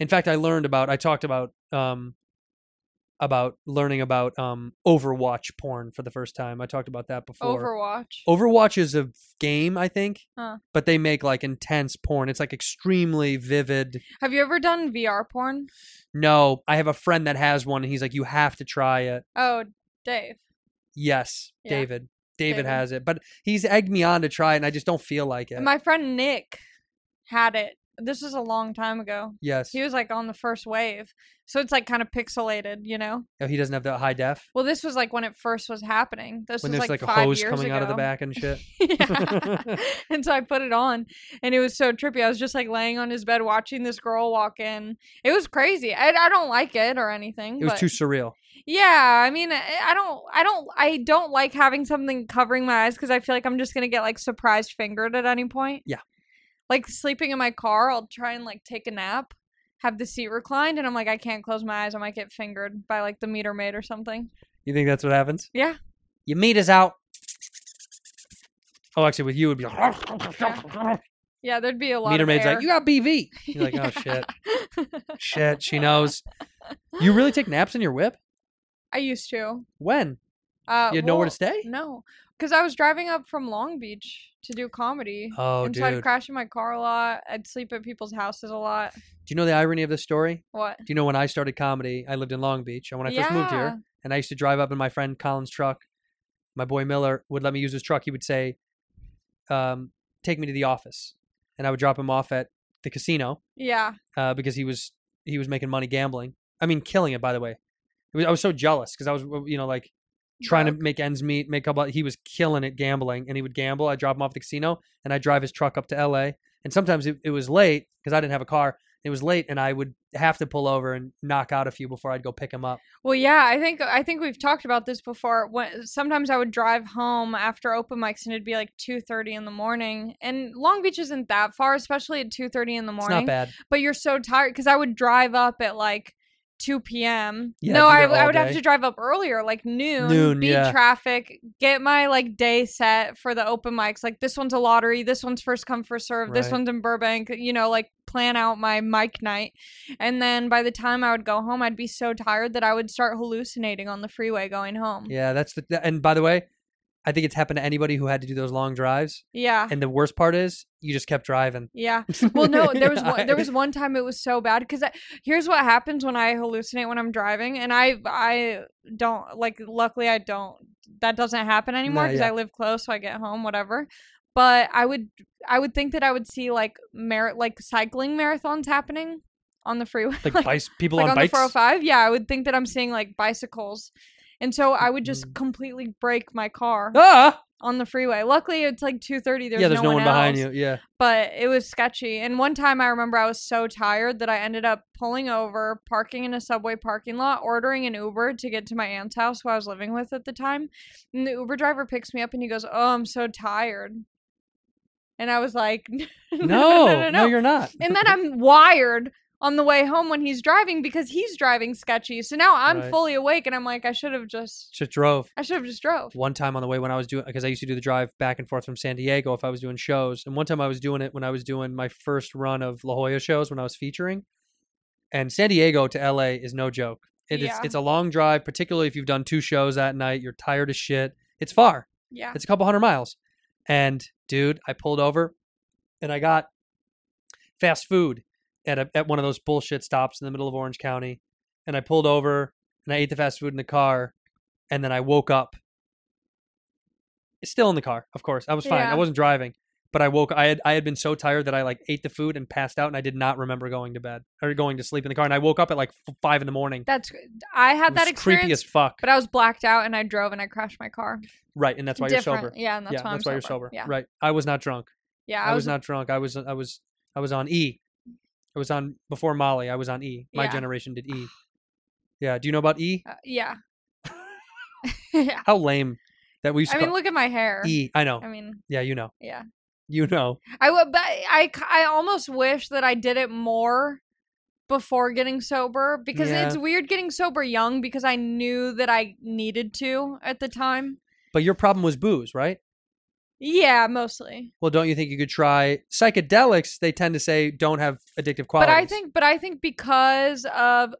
S1: In fact, I learned about I talked about um about learning about um Overwatch porn for the first time. I talked about that before.
S9: Overwatch.
S1: Overwatch is a game, I think,
S9: Huh.
S1: but they make like intense porn. It's like extremely vivid.
S9: Have you ever done VR porn?
S1: No, I have a friend that has one and he's like you have to try it.
S9: Oh, Dave.
S1: Yes,
S9: Yeah.
S1: David. David.
S9: David.
S1: has it, but he's egged me on to try it and I just don't feel like it.
S9: My friend Nick had it. This was a long time ago.
S1: yes.
S9: He was like on the first wave. So it's like kind of pixelated, you know?
S1: oh, he doesn't have the high def.
S9: Well, this was like when it first was happening. This
S1: When
S9: was
S1: there's like,
S9: like,
S1: a
S9: five
S1: hose
S9: years
S1: coming
S9: ago.
S1: out of the back and shit.
S9: Yeah. and so I put it on, and it was so trippy. I was just like laying on his bed watching this girl walk in. It was crazy. I, I don't like it or anything.
S1: It was
S9: but-
S1: too surreal.
S9: Yeah, I mean, I I don't, I don't, I don't like having something covering my eyes because I feel like I'm just gonna get like surprised fingered at any point.
S1: Yeah.
S9: Like sleeping in my car, I'll try and like take a nap, have the seat reclined, and I'm like, I can't close my eyes. I might get fingered by like the meter maid or something.
S1: You think that's what happens?
S9: Yeah.
S1: Your meat is out. Oh, actually, with you, it'd be like,
S9: Yeah, there'd be a lot.
S1: meter
S9: of
S1: maid's
S9: air.
S1: like, you got BV. You're like, oh, shit. Shit, she knows. You really take naps in your whip?
S9: I used to.
S1: When?
S9: Uh,
S1: You had nowhere to
S9: well,
S1: stay?
S9: No, because I was driving up from Long Beach to do comedy.
S1: Oh,
S9: and
S1: dude.
S9: so I'd
S1: Do
S9: crash in my car a lot. I'd sleep at people's houses a lot.
S1: you know the irony of this story?
S9: What?
S1: Do you know when I started comedy, I lived in Long Beach. And when I first moved
S9: Yeah.
S1: here, and I used to drive up in my friend Colin's truck, my boy Miller would let me use his truck. He would say, um, take me to the office. And I would drop him off at the casino.
S9: Yeah.
S1: uh, because he was he was making money gambling. I mean, killing it. By the way, it was, I was so jealous because I was you know like trying to make ends meet, make a couple. He was killing it gambling, and he would gamble. I drop him off at the casino, and I drive his truck up to L.A. And sometimes it, it was late because I didn't have a car. It was late, and I would have to pull over and knock out a few before I'd go pick him up.
S9: Well, yeah, I think I think we've talked about this before. When sometimes I would drive home after open mics, and it'd be like two thirty in the morning. And Long Beach isn't that far, especially at two thirty in the
S1: It's not
S9: morning.
S1: bad.
S9: But you're so tired because I would drive up at like 2 p.m.
S1: Yeah,
S9: no,
S1: do
S9: I,
S1: that all
S9: I would have
S1: day.
S9: to drive up earlier, like noon,
S1: Noon,
S9: beat
S1: yeah.
S9: traffic, get my like day set for the open mics. Like this one's a lottery, this one's first come first serve, this
S1: Right.
S9: one's in Burbank. You know, like plan out my mic night, and then by the time I would go home, I'd be so tired that I would start hallucinating on the freeway going home.
S1: Yeah, that's the. th- And by the way, I think it's happened to anybody who had to do those long drives.
S9: Yeah.
S1: And the worst part is you just kept driving.
S9: Yeah. Well, no, there was one, there was one time it was so bad because here's what happens when I hallucinate when I'm driving, and I I don't like. Luckily, I don't. That doesn't happen anymore because
S1: yeah.
S9: I live close, so I get home, whatever. But I would I would think that I would see like mar- like cycling marathons happening on the freeway,
S1: like, bice, people
S9: like
S1: on,
S9: on the
S1: bikes.
S9: 405. Yeah, I would think that I'm seeing like bicycles. And so I would just completely break my car
S1: Mm-hmm. ah,
S9: on the freeway. Luckily, it's like two thirty. There's
S1: yeah. There's no, one, behind
S9: else
S1: you. Yeah,
S9: but it was sketchy. And one time I remember I was so tired that I ended up pulling over, parking in a subway parking lot, ordering an Uber to get to my aunt's house who I was living with at the time. And the Uber driver picks me up and he goes, Oh, I'm so tired. And I was like, No,
S1: no, no, you're not.
S9: and then I'm wired on the way home when he's driving because he's driving sketchy. So now I'm
S1: Right.
S9: fully awake and I'm like, I should have just.
S1: Just drove.
S9: I should have just drove.
S1: one time on the way when I was doing because I used to do the drive back and forth from San Diego if I was doing shows, and one time I was doing it when I was doing my first run of La Jolla shows when I was featuring. And San Diego to LA is no joke. It is
S9: Yeah.
S1: it's a long drive, particularly if you've done two shows that night. You're tired as shit. It's far.
S9: Yeah.
S1: It's a couple hundred miles. And dude, I pulled over, and I got fast food at a, at one of those bullshit stops in the middle of Orange County, and I pulled over and I ate the fast food in the car, and then I woke up. Still in the car, of course. I was fine.
S9: Yeah.
S1: I wasn't driving, but I woke. I had I had been so tired that I like ate the food and passed out, and I did not remember going to bed or going to sleep in the car. And I woke up at like f- five in the morning.
S9: That's I
S1: It
S9: had that
S1: was creepy as
S9: experience,
S1: fuck.
S9: but I was blacked out and I drove and I crashed my car.
S1: right, and that's why
S9: different.
S1: you're sober.
S9: Yeah, and that's
S1: yeah,
S9: why,
S1: that's
S9: I'm
S1: why
S9: sober.
S1: you're
S9: Yeah,
S1: sober. Right. I was not drunk.
S9: yeah.
S1: I, was, not drunk. I was I was I was on E. I was on before Molly. I was on E. My
S9: Yeah.
S1: generation did E. Yeah. Do you know about E?
S9: uh, yeah, yeah.
S1: How lame that we used to
S9: I mean,
S1: call-
S9: look at my hair.
S1: E. I know.
S9: I mean,
S1: yeah, you know.
S9: yeah.
S1: You know.
S9: I would, but I, c- I almost wish that I did it more before getting sober because
S1: Yeah.
S9: it's weird getting sober young because I knew that I needed to at the time.
S1: But your problem was booze, right?
S9: Yeah, mostly.
S1: Well, don't you think you could try psychedelics? They tend to say don't have addictive
S9: But
S1: qualities.
S9: I think, but I think because of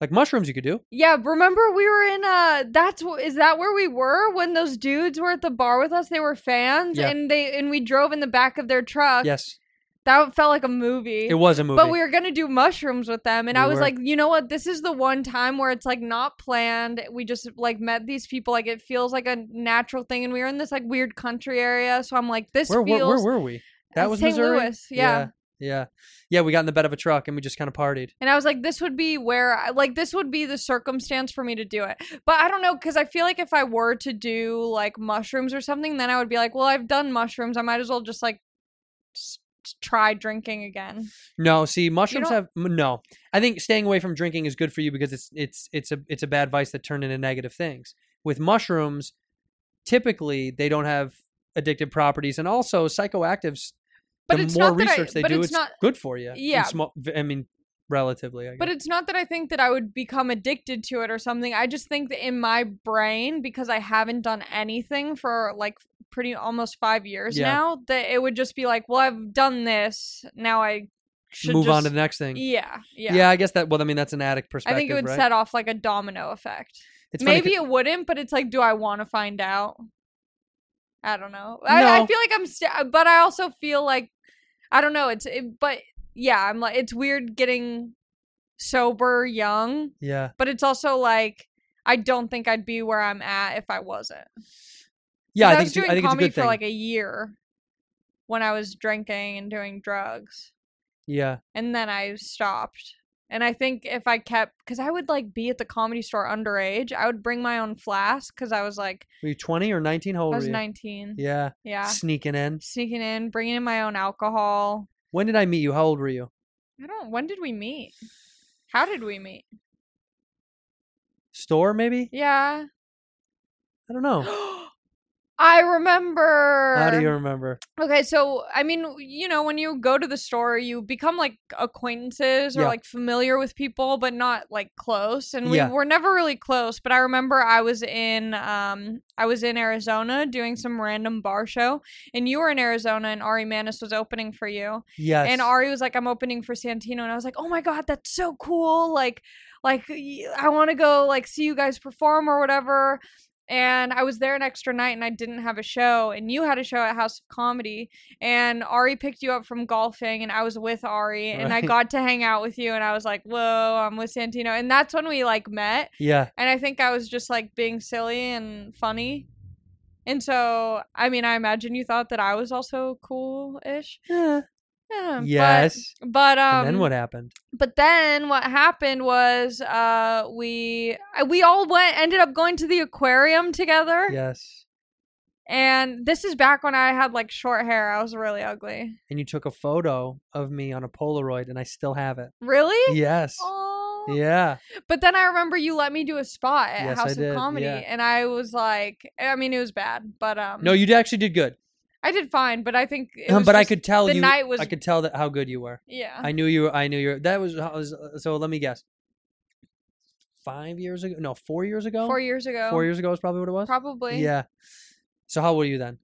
S1: like mushrooms, you could do.
S9: Yeah, remember we were in uh that's wh- is that where we were when those dudes were at the bar with us? They were fans
S1: Yeah.
S9: and they and we drove in the back of their truck.
S1: Yes,
S9: That felt like a movie.
S1: it was a movie.
S9: But we were gonna do mushrooms with them, and
S1: We
S9: I was
S1: were.
S9: like, you know what? This is the one time where it's like not planned. We just like met these people. Like it feels like a natural thing, and we were in this like weird country area. So I'm like, this
S1: where, where,
S9: feels.
S1: where were we? That
S9: Uh,
S1: was
S9: St.
S1: Missouri.
S9: Louis, yeah.
S1: yeah. Yeah. Yeah, we got in the bed of a truck and we just kind of partied.
S9: And I was like, this would be where, I, like, this would be the circumstance for me to do it. But I don't know, because I feel like if I were to do like mushrooms or something, then I would be like, well, I've done mushrooms. I might as well just like s- s- try drinking again.
S1: No, see, mushrooms
S9: don't-
S1: have m- no. I think staying away from drinking is good for you because it's it's it's a it's a bad vice that turned into negative things. With mushrooms, typically they don't have addictive properties, and also psychoactives.
S9: But
S1: the
S9: it's
S1: more
S9: not that I-
S1: research they
S9: but
S1: do,
S9: it's
S1: it's
S9: not-
S1: good for you. in
S9: Yeah.
S1: small- v- I mean, relatively. I guess.
S9: But it's not that I think that I would become addicted to it or something. I just think that in my brain, because I haven't done anything for like pretty almost five years
S1: Yeah.
S9: now, that it would just be like, well, I've done this. Now I should
S1: move on
S9: just-
S1: to the next thing.
S9: Yeah. Yeah.
S1: Yeah. I guess that. Well, I mean, that's an addict
S9: I
S1: perspective.
S9: think it would
S1: right?
S9: set off like a domino effect.
S1: It's funny 'cause-
S9: Maybe it wouldn't, but it's like, do I want to find out? I don't know. I, I
S1: No.
S9: feel like I'm, st- uh, but I also feel like I don't know. It's, it, but yeah, I'm like, it's weird getting sober young,
S1: yeah.
S9: but it's also like I don't think I'd be where I'm at if I wasn't. 'Cause
S1: Yeah, I
S9: I
S1: think
S9: was
S1: it's, a-
S9: doing
S1: I think it's a
S9: comedy
S1: good
S9: for
S1: thing.
S9: like a year when I was drinking and doing drugs
S1: yeah,
S9: and then I stopped. And I think if I kept, because I would like be at the comedy store underage, I would bring my own flask because I was like,
S1: were you twenty or nineteen? How old
S9: I
S1: were
S9: was
S1: you?
S9: 19. Yeah.
S1: Oh, Yeah, sneaking in.
S9: Sneaking in, bringing in my own alcohol.
S1: When did I meet you? How old were you?
S9: I don't, when did we meet? How did we meet?
S1: Store maybe?
S9: Yeah.
S1: I don't know.
S9: I remember.
S1: How do you remember?
S9: Okay, so I mean, you know, when you go to the store, you become like acquaintances or
S1: Yeah.
S9: like familiar with people, but not like close. And we
S1: Yeah.
S9: were never really close. But I remember I was in, um, I was in Arizona doing some random bar show, and you were in Arizona, and Ari Manis was opening for you,
S1: Yes.
S9: and Ari was like, "I'm opening for Santino," and I was like, "Oh my god, that's so cool! Like, like y- I want to go like see you guys perform or whatever." and I was there an extra night and I didn't have a show and you had a show at House of Comedy and Ari picked you up from golfing and I was with Ari and I
S1: Right.
S9: got to hang out with you and I was like, "Whoa, I'm with Santino." And that's when we like met
S1: yeah.
S9: and I think I was just like being silly and funny. And so, I mean, I imagine you thought that I was also cool-ish.
S1: Yeah.
S9: Yeah, but-
S1: yes.
S9: But, um
S1: and then what happened?
S9: but then what happened was uh we we all went ended up going to the aquarium together.
S1: Yes.
S9: And this is back when I had like short hair. I was really ugly.
S1: And you took a photo of me on a Polaroid, and I still have it.
S9: Really?
S1: Yes.
S9: Aw.
S1: Yeah.
S9: But then I remember you let me do a spot at
S1: Yes, I
S9: House of
S1: did,
S9: Comedy,
S1: yeah.
S9: and I was like, I mean, it was bad, but um,
S1: No, you actually did good.
S9: I did fine. But I think, it
S1: Um,
S9: was
S1: but I
S9: just-
S1: could tell
S9: the
S1: you.
S9: night was- Uh-huh.
S1: I could tell that how good you were.
S9: yeah,
S1: I knew you. were- I knew you. were- That was, I was. uh, So let me guess. Five years ago? No, four years ago.
S9: four years ago,
S1: Four years ago is probably what it was.
S9: probably,
S1: Yeah. So how old were you then?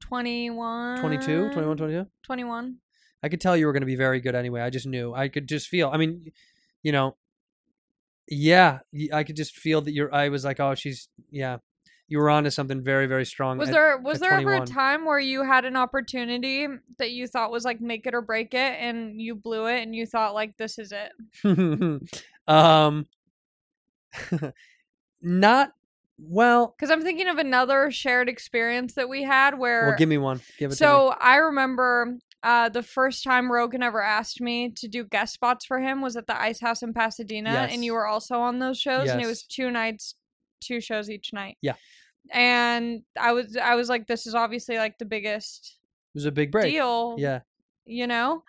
S9: 21, Um,
S1: 22, 21, 22?
S9: 21.
S1: I could tell you were going to be very good anyway. I just knew. I could just feel. I mean, you know, yeah, y- I could just feel that your. I was like, oh, she's yeah. You were onto something very, very strong.
S9: Was
S1: I-
S9: there was
S1: um, at
S9: there ever a
S1: 21.
S9: time where you had an opportunity that you thought was like make it or break it, and you blew it, and you thought like this is it?
S1: um, not well.
S9: Because I'm thinking of another shared experience that we had where.
S1: Well, give me one. Give it
S9: so I remember uh, the first time Rogan ever asked me to do guest spots for him was at the Ice House in Pasadena, and you
S1: Yes.
S9: were also on those shows, and it was
S1: Yes.
S9: two nights, two shows each night.
S1: Yeah.
S9: And I was I was like, this is obviously like the
S1: to
S9: biggest
S1: me. It was a big break.
S9: deal,
S1: Yeah.
S9: you know.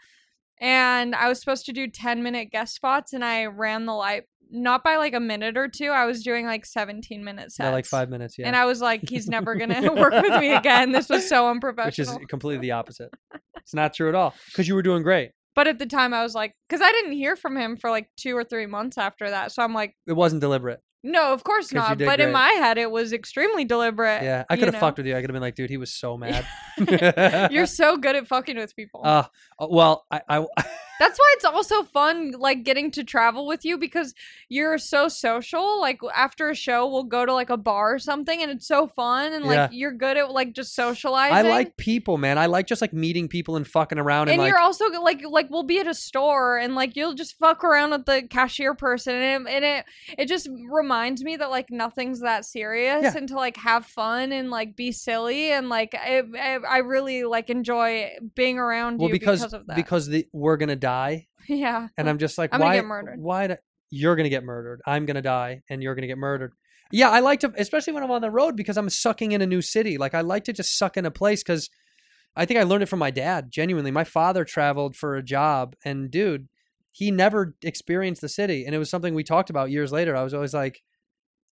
S9: And I was supposed to do ten minute guest spots, and I ran the light not by like a minute or two. I was doing like seventeen minutes.
S1: Yeah, uh, like five minutes. Yeah.
S9: And I was like, he's never going to work with me again. This was so unprofessional.
S1: Which is e completely the opposite. it's not true at all because you were doing great.
S9: but at the time, I was like, because I didn't hear from him for like two or three months after that. So I'm like,
S1: It wasn't deliberate.
S9: no, of course
S1: you
S9: not.
S1: did
S9: But in
S1: great.
S9: my head, it was extremely deliberate.
S1: Yeah, I
S9: Eh, you
S1: could have
S9: know?
S1: fucked with you. I could have been like, dude, he was so mad.
S9: You're so good at fucking with people.
S1: Uh, uh, well, I, I
S9: That's why it's also fun, like getting to travel with you because you're so social. Like after a show, we'll go to like a bar or something, and it's so fun. And
S1: Yeah.
S9: like you're good at like just socializing.
S1: I like people, man. I like just like meeting people and fucking around and,
S9: and
S1: like
S9: you're also g- like like we'll be at a store and like you'll just fuck around with the cashier person and it, and it it just reminds me that like nothing's that serious
S1: Yeah.
S9: and to like have fun and like be silly and like I I, I really like enjoy being around
S1: well
S9: you
S1: because
S9: because, of that
S1: because the, we're gonna die,
S9: yeah
S1: and I'm just like
S9: I'm gonna
S1: why
S9: get murdered.
S1: why do, you're gonna get murdered? I'm gonna die, and you're gonna get murdered. Yeah, I like to, especially when I'm on the road because I'm sucking in a new city. Like I like to just suck in a place because I think I learned it from my dad. Genuinely, my father traveled for a job, and dude, he never experienced the city, and it was something we talked about years later. I was always like,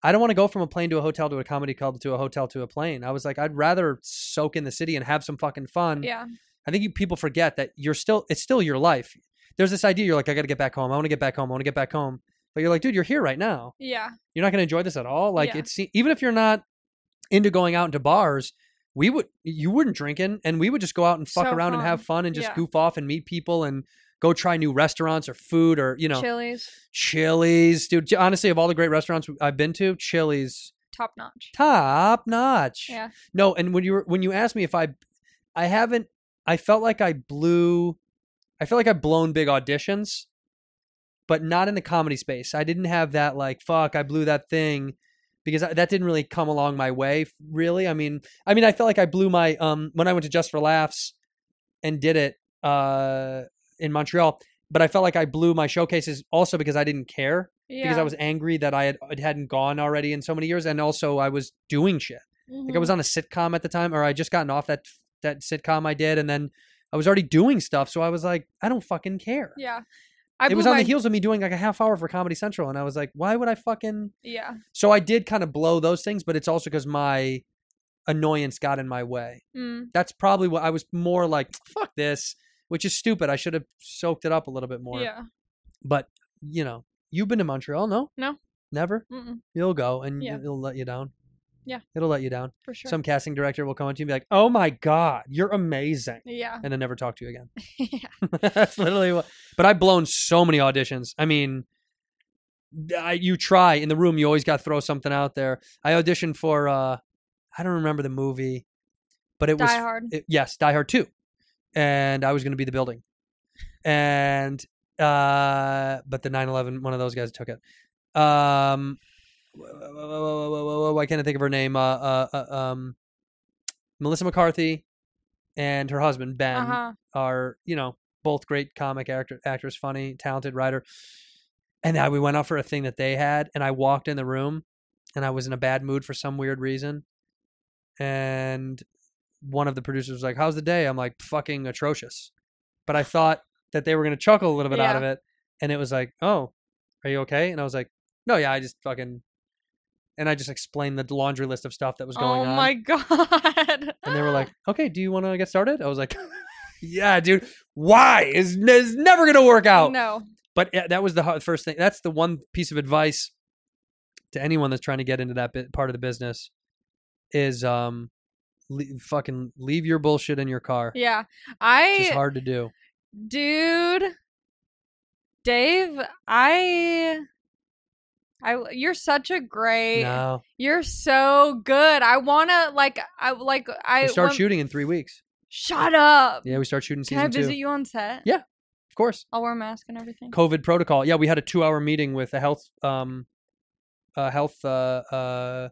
S1: I don't want to go from a plane to a hotel to a comedy club to a hotel to a plane. I was like, I'd rather soak in the city and have some fucking fun.
S9: yeah
S1: I think you, people forget that you're still it's still your life. There's this idea you're like, I got to get back home. I want to get back home. I want to get back home. But you're like, dude, you're here right now.
S9: yeah
S1: You're not going to enjoy this at all. Like
S9: Yeah.
S1: it's even if you're not into going out into bars, we would you wouldn't drinking, and we would just go out and fuck
S9: So
S1: around and have fun and just
S9: Yeah.
S1: goof off and meet people and go try new restaurants or food or you know
S9: Chili's
S1: Chili's, dude. Honestly, of all the great restaurants I've been to, Chili's
S9: top notch
S1: top notch.
S9: Yeah.
S1: No, and when you were when you asked me if I, I haven't. I felt like I blew. I feel like I've blown big auditions, but not in the comedy space. I didn't have that like fuck. I blew that thing because I, that didn't really come along my way. f- Really, I mean, I mean, I felt like I blew my um when I went to Just for Laughs and did it uh in Montreal. But I felt like I blew my showcases also because I didn't care
S9: yeah
S1: because I was angry that I had it hadn't gone already in so many years, and also I was doing shit. Like
S9: mm-hmm. Mm.
S1: I was on a sitcom at the time, or I just gotten off that that sitcom I did, and then I was already doing stuff. So I was like, I don't fucking care.
S9: yeah I
S1: it
S9: blew
S1: was on
S9: my,
S1: the heels of me doing like a half hour for Comedy Central, and I was like, why would I fucking?
S9: yeah
S1: So I did kind of blow those things, but it's also because my annoyance got in my way.
S9: Mm.
S1: That's probably what I was more like, fuck this, which is stupid. I should have soaked it up a little bit more.
S9: Yeah.
S1: But, you know, you've been to Montreal, no?
S9: No.
S1: Never?
S9: Mm-mm,
S1: You'll go and
S9: Yeah.
S1: it'll let you down.
S9: Yeah.
S1: It'll let you down.
S9: for sure.
S1: Some casting director will come up to you and be like, oh my God, you're amazing.
S9: yeah.
S1: And then never talk to you again.
S9: yeah.
S1: That's literally what. But I've blown so many auditions. I mean, I, you try in the room. You always got to throw something out there. I auditioned for. uh I don't remember the movie, but it was
S9: Die Hard.
S1: it- yes, Die Hard Two, and I was going to be the building, and uh but the 9-11, one of those guys took it. Um, why can't I think of her name? Uh, uh, uh um, Melissa McCarthy and her husband Ben
S9: Uh huh.
S1: are you know both great comic actor actors funny talented writer and I, we went out for a thing that they had and i walked in the room and i was in a bad mood for some weird reason and one of the producers was like how's the day i'm like fucking atrocious but i thought that they were going to chuckle a little bit out of it and it was like oh are you okay and i was like no yeah i just fucking and i just explained the laundry list of stuff that was going
S9: Oh
S1: on
S9: my god.
S1: and they were like, "Okay, do you want to get started?" I was like, "Yeah, dude. Why is is never gonna work out?"
S9: No.
S1: But uh, that was the hard- first thing. That's the one piece of advice to anyone that's trying to get into that bit, part of the business is um, le- fucking leave your bullshit in your car.
S9: Yeah.
S1: It's just
S9: I
S1: hard to do.
S9: dude Dave, I I you're such a great
S1: No,
S9: You're so good. I want to like I like I
S1: we start
S9: want-
S1: shooting in three weeks.
S9: Shut up.
S1: Yeah, we start shooting
S9: Can I
S1: season two.
S9: visit you on set?
S1: Yeah. Of course.
S9: I'll wear a mask and everything.
S1: COVID protocol. Yeah, we had a two hour meeting with a health um a health uh uh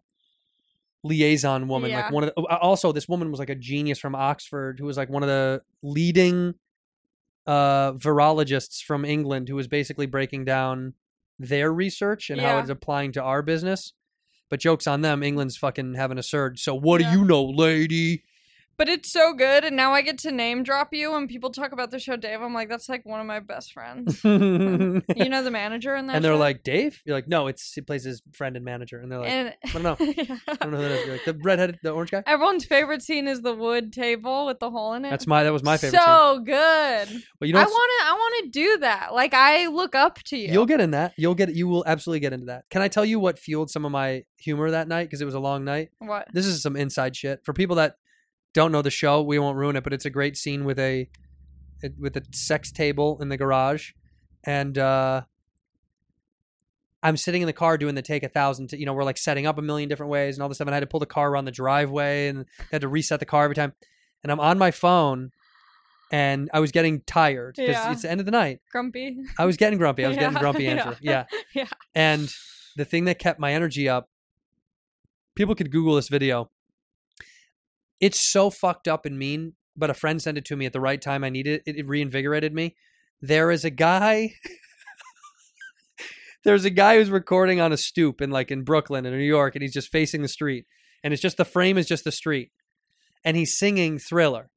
S1: liaison woman.
S9: Yeah.
S1: Like one of the, uh, also this woman was like a genius from Oxford who was like one of the leading uh virologists from England who was basically breaking down their research and how
S9: Yeah.
S1: it's applying to our business. But jokes on them, England's fucking having a surge. So what
S9: Yeah.
S1: do you know, lady?
S9: But it's so good, and now I get to name drop you. When people talk about the show, Dave, I'm like, that's like one of my best friends.
S1: and
S9: you know the manager in that.
S1: they're
S9: show?
S1: like, Dave? You're like, no, it's he plays his friend and manager. And they're like,
S9: and
S1: I don't know. I don't know who that is. You're like, the redheaded, the orange guy.
S9: everyone's favorite scene is the wood table with the hole in it.
S1: That's my. That was my favorite. scene.
S9: So good.
S1: But you know,
S9: I
S1: what's-
S9: want to. I want to do that. Like I look up to you.
S1: You'll get in that. You'll get. You will absolutely get into that. Can I tell you what fueled some of my humor that night? Because it was a long night.
S9: what?
S1: This is some inside shit for people that don't know the show. We won't ruin it, but it's a great scene with a it- with a sex table in the garage, and uh I'm sitting in the car doing the take a thousand. To, you know, we're like setting up a million different ways and all this stuff. And I had to pull the car around the driveway and had to reset the car every time. And I'm on my phone, and I was getting tired because
S9: Yeah.
S1: it's the end of the night.
S9: Grumpy.
S1: I was getting grumpy. I was
S9: Yeah,
S1: getting grumpy,
S9: yeah,
S1: Andrew. Yeah.
S9: yeah.
S1: And the thing that kept my energy up, people could Google this video. It's so fucked up and mean, but a friend sent it to me at the right time. I needed it. It reinvigorated me. There is a guy. There's a guy who's recording on a stoop in like in Brooklyn in New York, and he's just facing the street, and it's just the frame is just the street, and he's singing Thriller.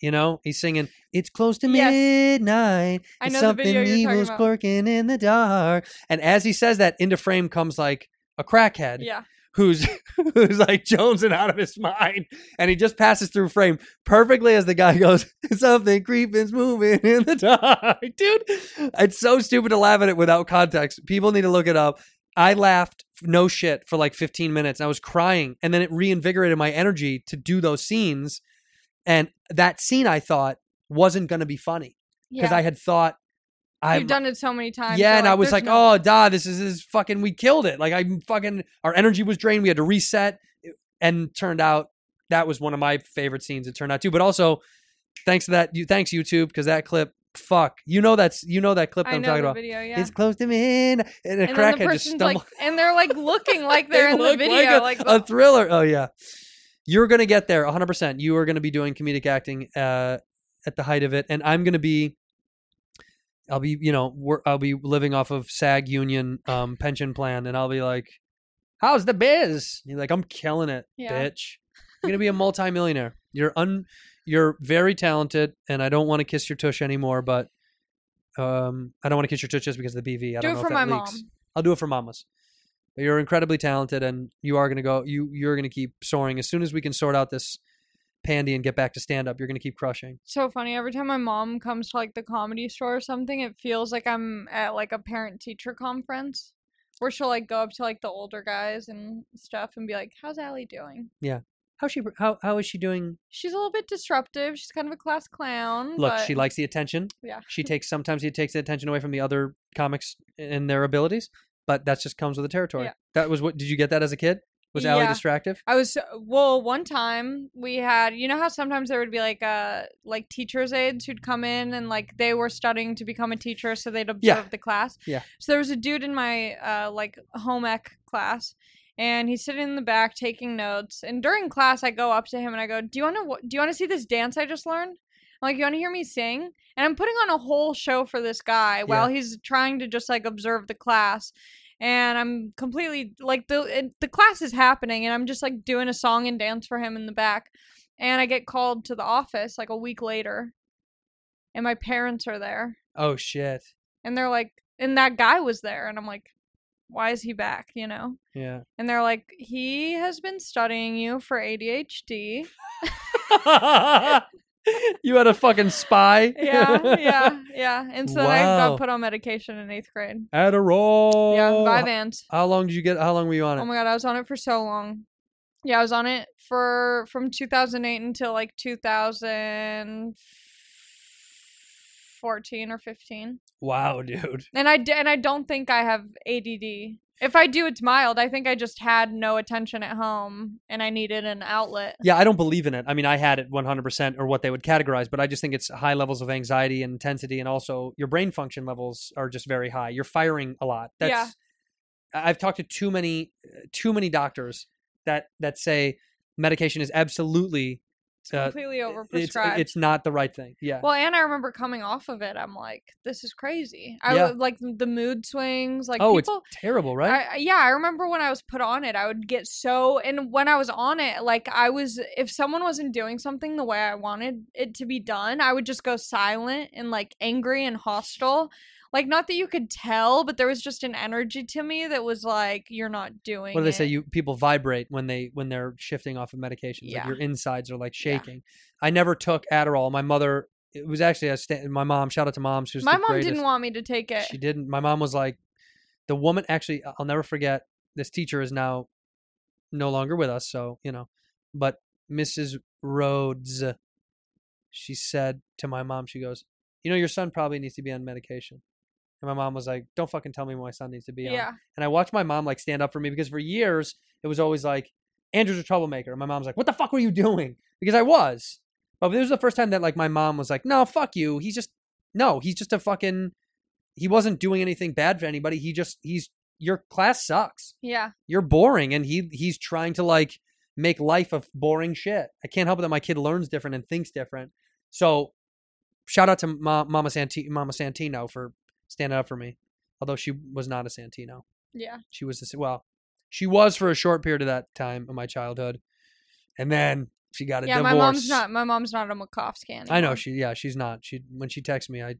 S1: You know, he's singing "It's close to
S9: Yes.
S1: midnight,
S9: I
S1: and
S9: know the
S1: something
S9: video you're talking
S1: evil's
S9: about.
S1: lurking in the dark. And as he says that, into frame comes like a crackhead
S9: Yeah.
S1: who's who's like jonesing out of his mind, and he just passes through frame perfectly as the guy goes, "Something creeping's moving in the dark, dude." It's so stupid to laugh at it without context. People need to look it up. I laughed no shit for like 15 minutes. I was crying, and then it reinvigorated my energy to do those scenes. And that scene, I thought, wasn't going to be funny because
S9: Yeah.
S1: I had thought.
S9: You've
S1: I've,
S9: done it so many times.
S1: yeah,
S9: You're
S1: and I was
S9: "There's
S1: like,
S9: no
S1: oh, da, this is, this is fucking, we killed it. Like, I fucking, our energy was drained. We had to reset. And turned out that was one of my favorite scenes. It turned out too. But also, thanks to that, you, thanks YouTube, because that clip, fuck, you know that's, you know that clip that
S9: I
S1: I'm
S9: know
S1: talking
S9: the
S1: about.
S9: video. Yeah.
S1: It's close to me, and a
S9: and then the
S1: crackhead just
S9: person's
S1: stumbled.
S9: like, and they're like looking like they're
S1: They
S9: in the
S1: look like
S9: video, like,
S1: a,
S9: the-
S1: a thriller. Oh yeah, you're gonna get there 100. percent You are gonna be doing comedic acting uh, at the height of it, and I'm gonna be. I'll be, you know, wor- I'll be living off of SAG union um, pension plan, and I'll be like, "How's the biz?" And you're like, "I'm killing it,
S9: Yeah.
S1: bitch. You're gonna be a multimillionaire. You're un, you're very talented, and I don't want to kiss your tush anymore, but um, I don't want to kiss your tush just because of the BV. I
S9: do
S1: don't
S9: it
S1: know
S9: for
S1: if
S9: my
S1: that leaks.
S9: mom.
S1: I'll do it for mamas. You're incredibly talented, and you are going to go. You you're going to keep soaring. As soon as we can sort out this pandy and get back to stand up, you're going to keep crushing.
S9: so funny. Every time my mom comes to like the comedy store or something, it feels like I'm at like a parent teacher conference where she'll like go up to like the older guys and stuff and be like, "How's Allie doing?"
S1: How she how how is she doing?
S9: She's a little bit disruptive. She's kind of a class clown.
S1: Look,
S9: but
S1: she likes the attention.
S9: yeah.
S1: She takes sometimes she takes the attention away from the other comics and their abilities, but that just comes with the territory.
S9: Yeah.
S1: That was what did you get that as a kid? Was Allie
S9: Yeah.
S1: distractive?
S9: I was well. One time we had, you know how sometimes there would be like uh like teachers' aides who'd come in and like they were studying to become a teacher, so they'd
S1: Yeah.
S9: observe the class.
S1: Yeah.
S9: So there was a dude in my uh like home ec class, and he's sitting in the back taking notes. And during class, I go up to him and I go, "Do you want to? Do you want to see this dance I just learned?" I'm like, "You want to hear me sing?" And I'm putting on a whole show for this guy while he's trying to just like observe the class and I'm completely like the it, the class is happening, and I'm just like doing a song and dance for him in the back, and I get called to the office like a week later, and my parents are there,
S1: Oh shit.
S9: and they're like, and that guy was there, and I'm like, why is he back, you know?
S1: Yeah.
S9: And they're like, he has been studying you for ADHD.
S1: you had a fucking spy.
S9: Yeah, yeah, yeah. And so then I
S1: Wow. Oh,
S9: got put on medication in eighth grade.
S1: Adderall.
S9: Yeah, Vyvanse.
S1: How long did you get? How long were you on it?
S9: Oh my god, I was on it for so long. Yeah, I was on it for from 2008 until like 2014 or 15.
S1: wow, dude.
S9: And I d- and I don't think I have ADD. If I do, it's mild. I think I just had no attention at home and I needed an outlet.
S1: Yeah, I don't believe in it. I mean, I had it 100% or what they would categorize, but I just think it's high levels of anxiety and intensity and also your brain function levels are just very high. You're firing a lot.
S9: Yeah.
S1: That's I- I've talked to too many too many doctors that that say medication is absolutely
S9: It's
S1: uh,
S9: completely
S1: it's,
S9: overprescribed.
S1: it's uh not the right thing. Yeah.
S9: well, and I remember coming off of it. I'm like, this is crazy. I
S1: Yeah.
S9: w- like the mood swings. Like
S1: oh,
S9: people,
S1: it's terrible, right?
S9: I, I- yeah, I remember when I was put on it, I would get so, and when I was on it, like I was, if someone wasn't doing something the way I wanted it to be done, I would just go silent and like angry and hostile. Like, not that you could tell, but there was just an energy to me that was like, you're not doing
S1: what do they say
S9: it."
S1: you people vibrate when they when they're shifting off of medications like
S9: Yeah.
S1: your insides are like
S9: Yeah.
S1: shaking i never took adderall my mother it was actually a sta- my mom shout out to moms who's
S9: My
S1: the
S9: mom
S1: greatest.
S9: didn't want me to take it.
S1: she didn't my mom was like the woman actually I- i'll never forget this teacher is now no longer with us so you know but mrs rhodes she said to my mom she goes you know your son probably needs to be on medication and my mom was like don't fucking tell me my son needs to be on
S9: yeah.
S1: and I watched my mom like stand up for me because for years it was always like Andrew's a troublemaker. And my mom's like, "What the fuck were you doing?" Because I was. But this was the first time that like my mom was like, "No, fuck you. He's just no. He's just a fucking. He wasn't doing anything bad for anybody. He just he's your class sucks.
S9: Yeah.
S1: You're boring, and he he's trying to like make life of boring shit. I can't help it that my kid learns different and thinks different. So shout out to Ma- Mama Santi- Mama Santino for standing up for me, although she was not a Santino.
S9: Yeah.
S1: She was this, well, she was for a short period of that time in my childhood, and then she got a
S9: Yeah.
S1: divorce.
S9: My mom's not, my mom's not a Makovsky anymore.
S1: I know she. Yeah, she's not. She when she texts me, I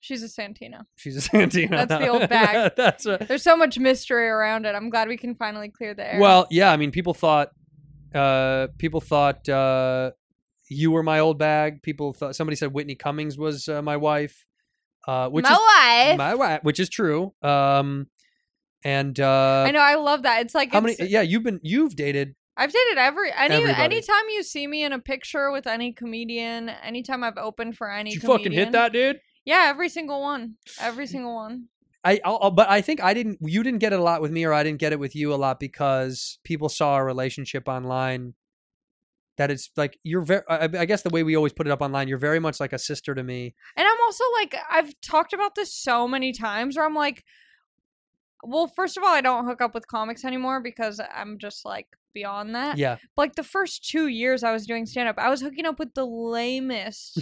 S9: She's a Santino.
S1: she's a Santino.
S9: That's the
S1: now.
S9: old bag.
S1: That's a,
S9: There's so much mystery around it. I'm glad we can finally clear the air.
S1: well, yeah. I mean, people thought, uh, people thought uh, you were my old bag. People thought somebody said Whitney Cummings was uh, my wife, uh, which
S9: my
S1: is
S9: wife.
S1: my wife, which is true. Um, and uh,
S9: I know. I love that. It's like
S1: how
S9: it's,
S1: many? Yeah, you've been you've dated.
S9: I've dated every any
S1: Everybody.
S9: anytime you see me in a picture with any comedian, anytime I've opened for any
S1: Did you
S9: comedian,
S1: fucking hit that, dude.
S9: Yeah, every single one. Every single one.
S1: I, I'll, I'll- but I think I didn't. You didn't get it a lot with me, or I didn't get it with you a lot because people saw our relationship online. That it's like you're very. I, I guess the way we always put it up online, you're very much like a sister to me.
S9: And I'm also like I've talked about this so many times where I'm like well, first of all, I don't hook up with comics anymore because I'm just like beyond that.
S1: Yeah,
S9: But, like the first 2 years I was doing stand up, I was hooking up with the lamest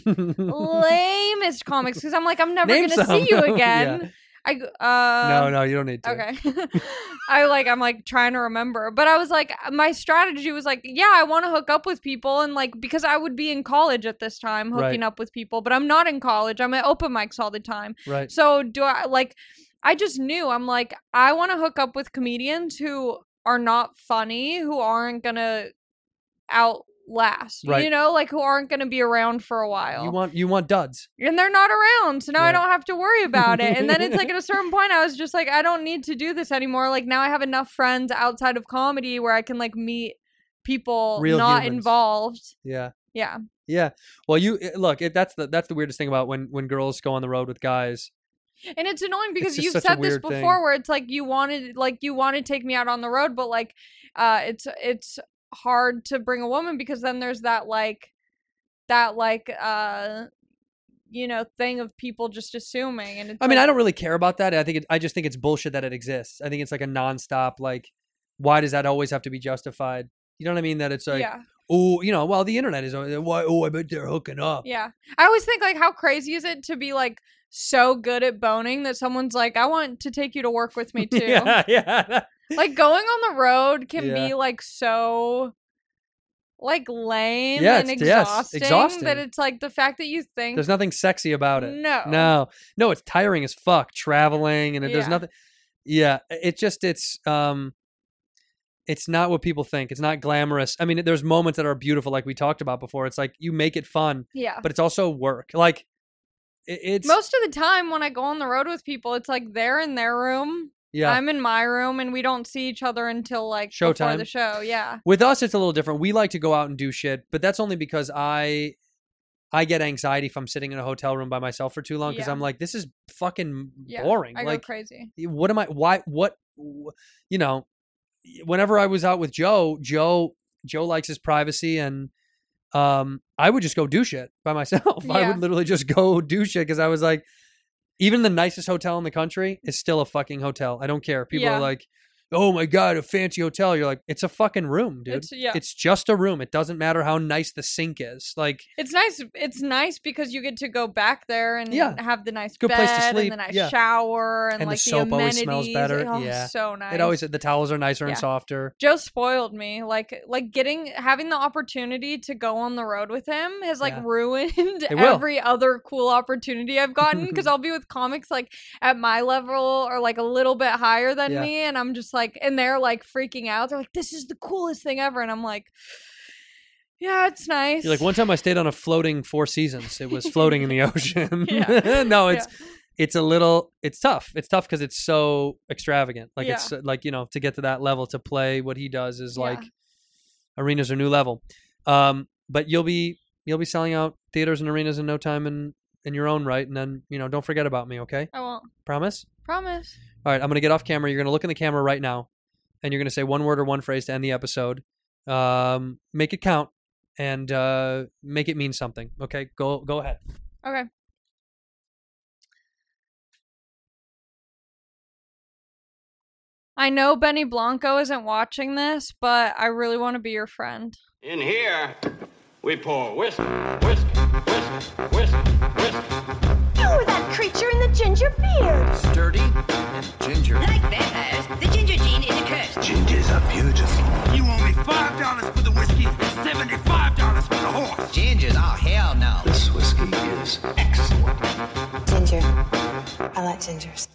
S9: lamest comics because I'm like I'm never
S1: Name
S9: going to
S1: some.
S9: see you
S1: Yeah.
S9: again. I g- uh
S1: no, no, you don't need to.
S9: Okay. I like I'm like trying to remember, but I was like my strategy was like, yeah, I want to hook up with people and like because I would be in college at this time hooking
S1: Right.
S9: up with people, but I'm not in college. I'm at open mics all the time.
S1: Right.
S9: So do I like I just knew I'm like I want to hook up with comedians who are not funny, who aren't gonna outlast,
S1: Right.
S9: you know, like who aren't gonna be around for a while
S1: You want you want duds.
S9: and they're not around so now
S1: Right.
S9: i don't have to worry about it and then it's like at a certain point i was just like i don't need to do this anymore like now i have enough friends outside of comedy where i can like meet people
S1: Real
S9: not
S1: humans.
S9: involved
S1: Yeah.
S9: yeah
S1: Yeah. Well, you it- look. It, that's the that's the weirdest thing about when when girls go on the road with guys.
S9: and it's annoying because
S1: just
S9: you've
S1: such a
S9: said this
S1: weird
S9: before
S1: thing.
S9: where it's like you wanted like you want to take me out on the road but like uh it's it's hard to bring a woman because then there's that like that like uh you know thing of people just assuming and it's
S1: I mean,
S9: like-
S1: I don't really care about that. I think it, I just think it's bullshit that it exists. I think it's like a nonstop. Like, why does that always have to be justified? You know what I mean? That it's like,
S9: yeah
S1: oh, you know, well, the internet is always, why. Oh, I bet they're hooking up.
S9: Yeah. I always think like how crazy is it to be like so good at boning that someone's like, I want to take you to work with me too.
S1: yeah, yeah.
S9: Like going on the road can
S1: Yeah.
S9: be like so like lame
S1: Yeah,
S9: and
S1: it's- yes,
S9: exhausting, that
S1: exhausting.
S9: it's like the fact that you think
S1: There's nothing sexy about it.
S9: No.
S1: No. No, it's tiring as fuck traveling and it, there's
S9: Yeah.
S1: nothing Yeah, it just it's um it's not what people think. It's not glamorous. I mean, there's moments that are beautiful like we talked about before. It's like you make it fun,
S9: Yeah.
S1: but it's also work. Like it, it's
S9: Most of the time when I go on the road with people, it's like they're in their room.
S1: yeah.
S9: I'm in my room and we don't see each other until like before the
S1: Showtime.
S9: show. Yeah.
S1: With us it's a little different. We like to go out and do shit, but that's only because I I get anxiety if I'm sitting in a hotel room by myself for too long because
S9: Yeah.
S1: I'm like, this is fucking
S9: Yeah,
S1: boring.
S9: I
S1: like,
S9: go crazy.
S1: y- what am I? Why? What? wh- You know, y- whenever I was out with Joe, Joe, Joe likes his privacy, and um, I would just go do shit by myself. I
S9: Yeah.
S1: would literally just go do shit because I was like, even the nicest hotel in the country is still a fucking hotel. I don't care. People
S9: Yeah.
S1: are like, oh my god, a fancy hotel. You're like, it's a fucking room, dude.
S9: It's- yeah.
S1: it's just a room. It doesn't matter how nice the sink is. Like,
S9: It's nice. It's nice because you get to go back there and
S1: Yeah.
S9: have the nice
S1: Good
S9: bed
S1: place to
S9: and
S1: sleep,
S9: the nice
S1: yeah.
S9: shower and,
S1: And the
S9: like the,
S1: soap always
S9: amenities.
S1: smells better,
S9: Oh,
S1: yeah.
S9: so nice.
S1: it always the towels are nicer and
S9: Yeah.
S1: softer.
S9: Joe spoiled me. Like like getting having the opportunity to go on the road with him has like
S1: Yeah.
S9: ruined
S1: will.
S9: every other cool opportunity I've gotten because I'll be with comics like at my level or like a little bit higher than
S1: Yeah.
S9: me and I'm just like and they're like freaking out. They're like this is the coolest thing ever and I'm like yeah, it's nice.
S1: You're like one time I stayed on a floating Four Seasons. It was floating in the ocean.
S9: Yeah.
S1: no, oh,
S9: Yeah.
S1: it's it's a little it's tough. It's tough because it's so extravagant. Like
S9: Yeah.
S1: it's uh, like you know to get to that level to play what he does is
S9: Yeah.
S1: like arenas are new level. Um, but you'll be you'll be selling out theaters and arenas in no time in in your own right. And then you know don't forget about me. Okay,
S9: I won't
S1: promise.
S9: promise.
S1: All right, I'm gonna get off camera. You're gonna look in the camera right now, and you're gonna say one word or one phrase to end the episode. Um, make it count and uh, make it mean something. Okay, go go ahead.
S9: Okay. I know Benny Blanco isn't watching this, but I really want to be your friend.
S2: In here, we pour whisk, whisk, whisk, whisk, whisk.
S3: You were that creature in the ginger beard.
S4: Sturdy and ginger.
S5: Like vampires, the ginger gene is a curse.
S6: Gingers are beautiful.
S7: You owe me five dollars for the whiskey and seventy-five dollars for the horse.
S4: Gingers, oh hell no.
S6: This whiskey is excellent.
S8: Ginger. I like gingers.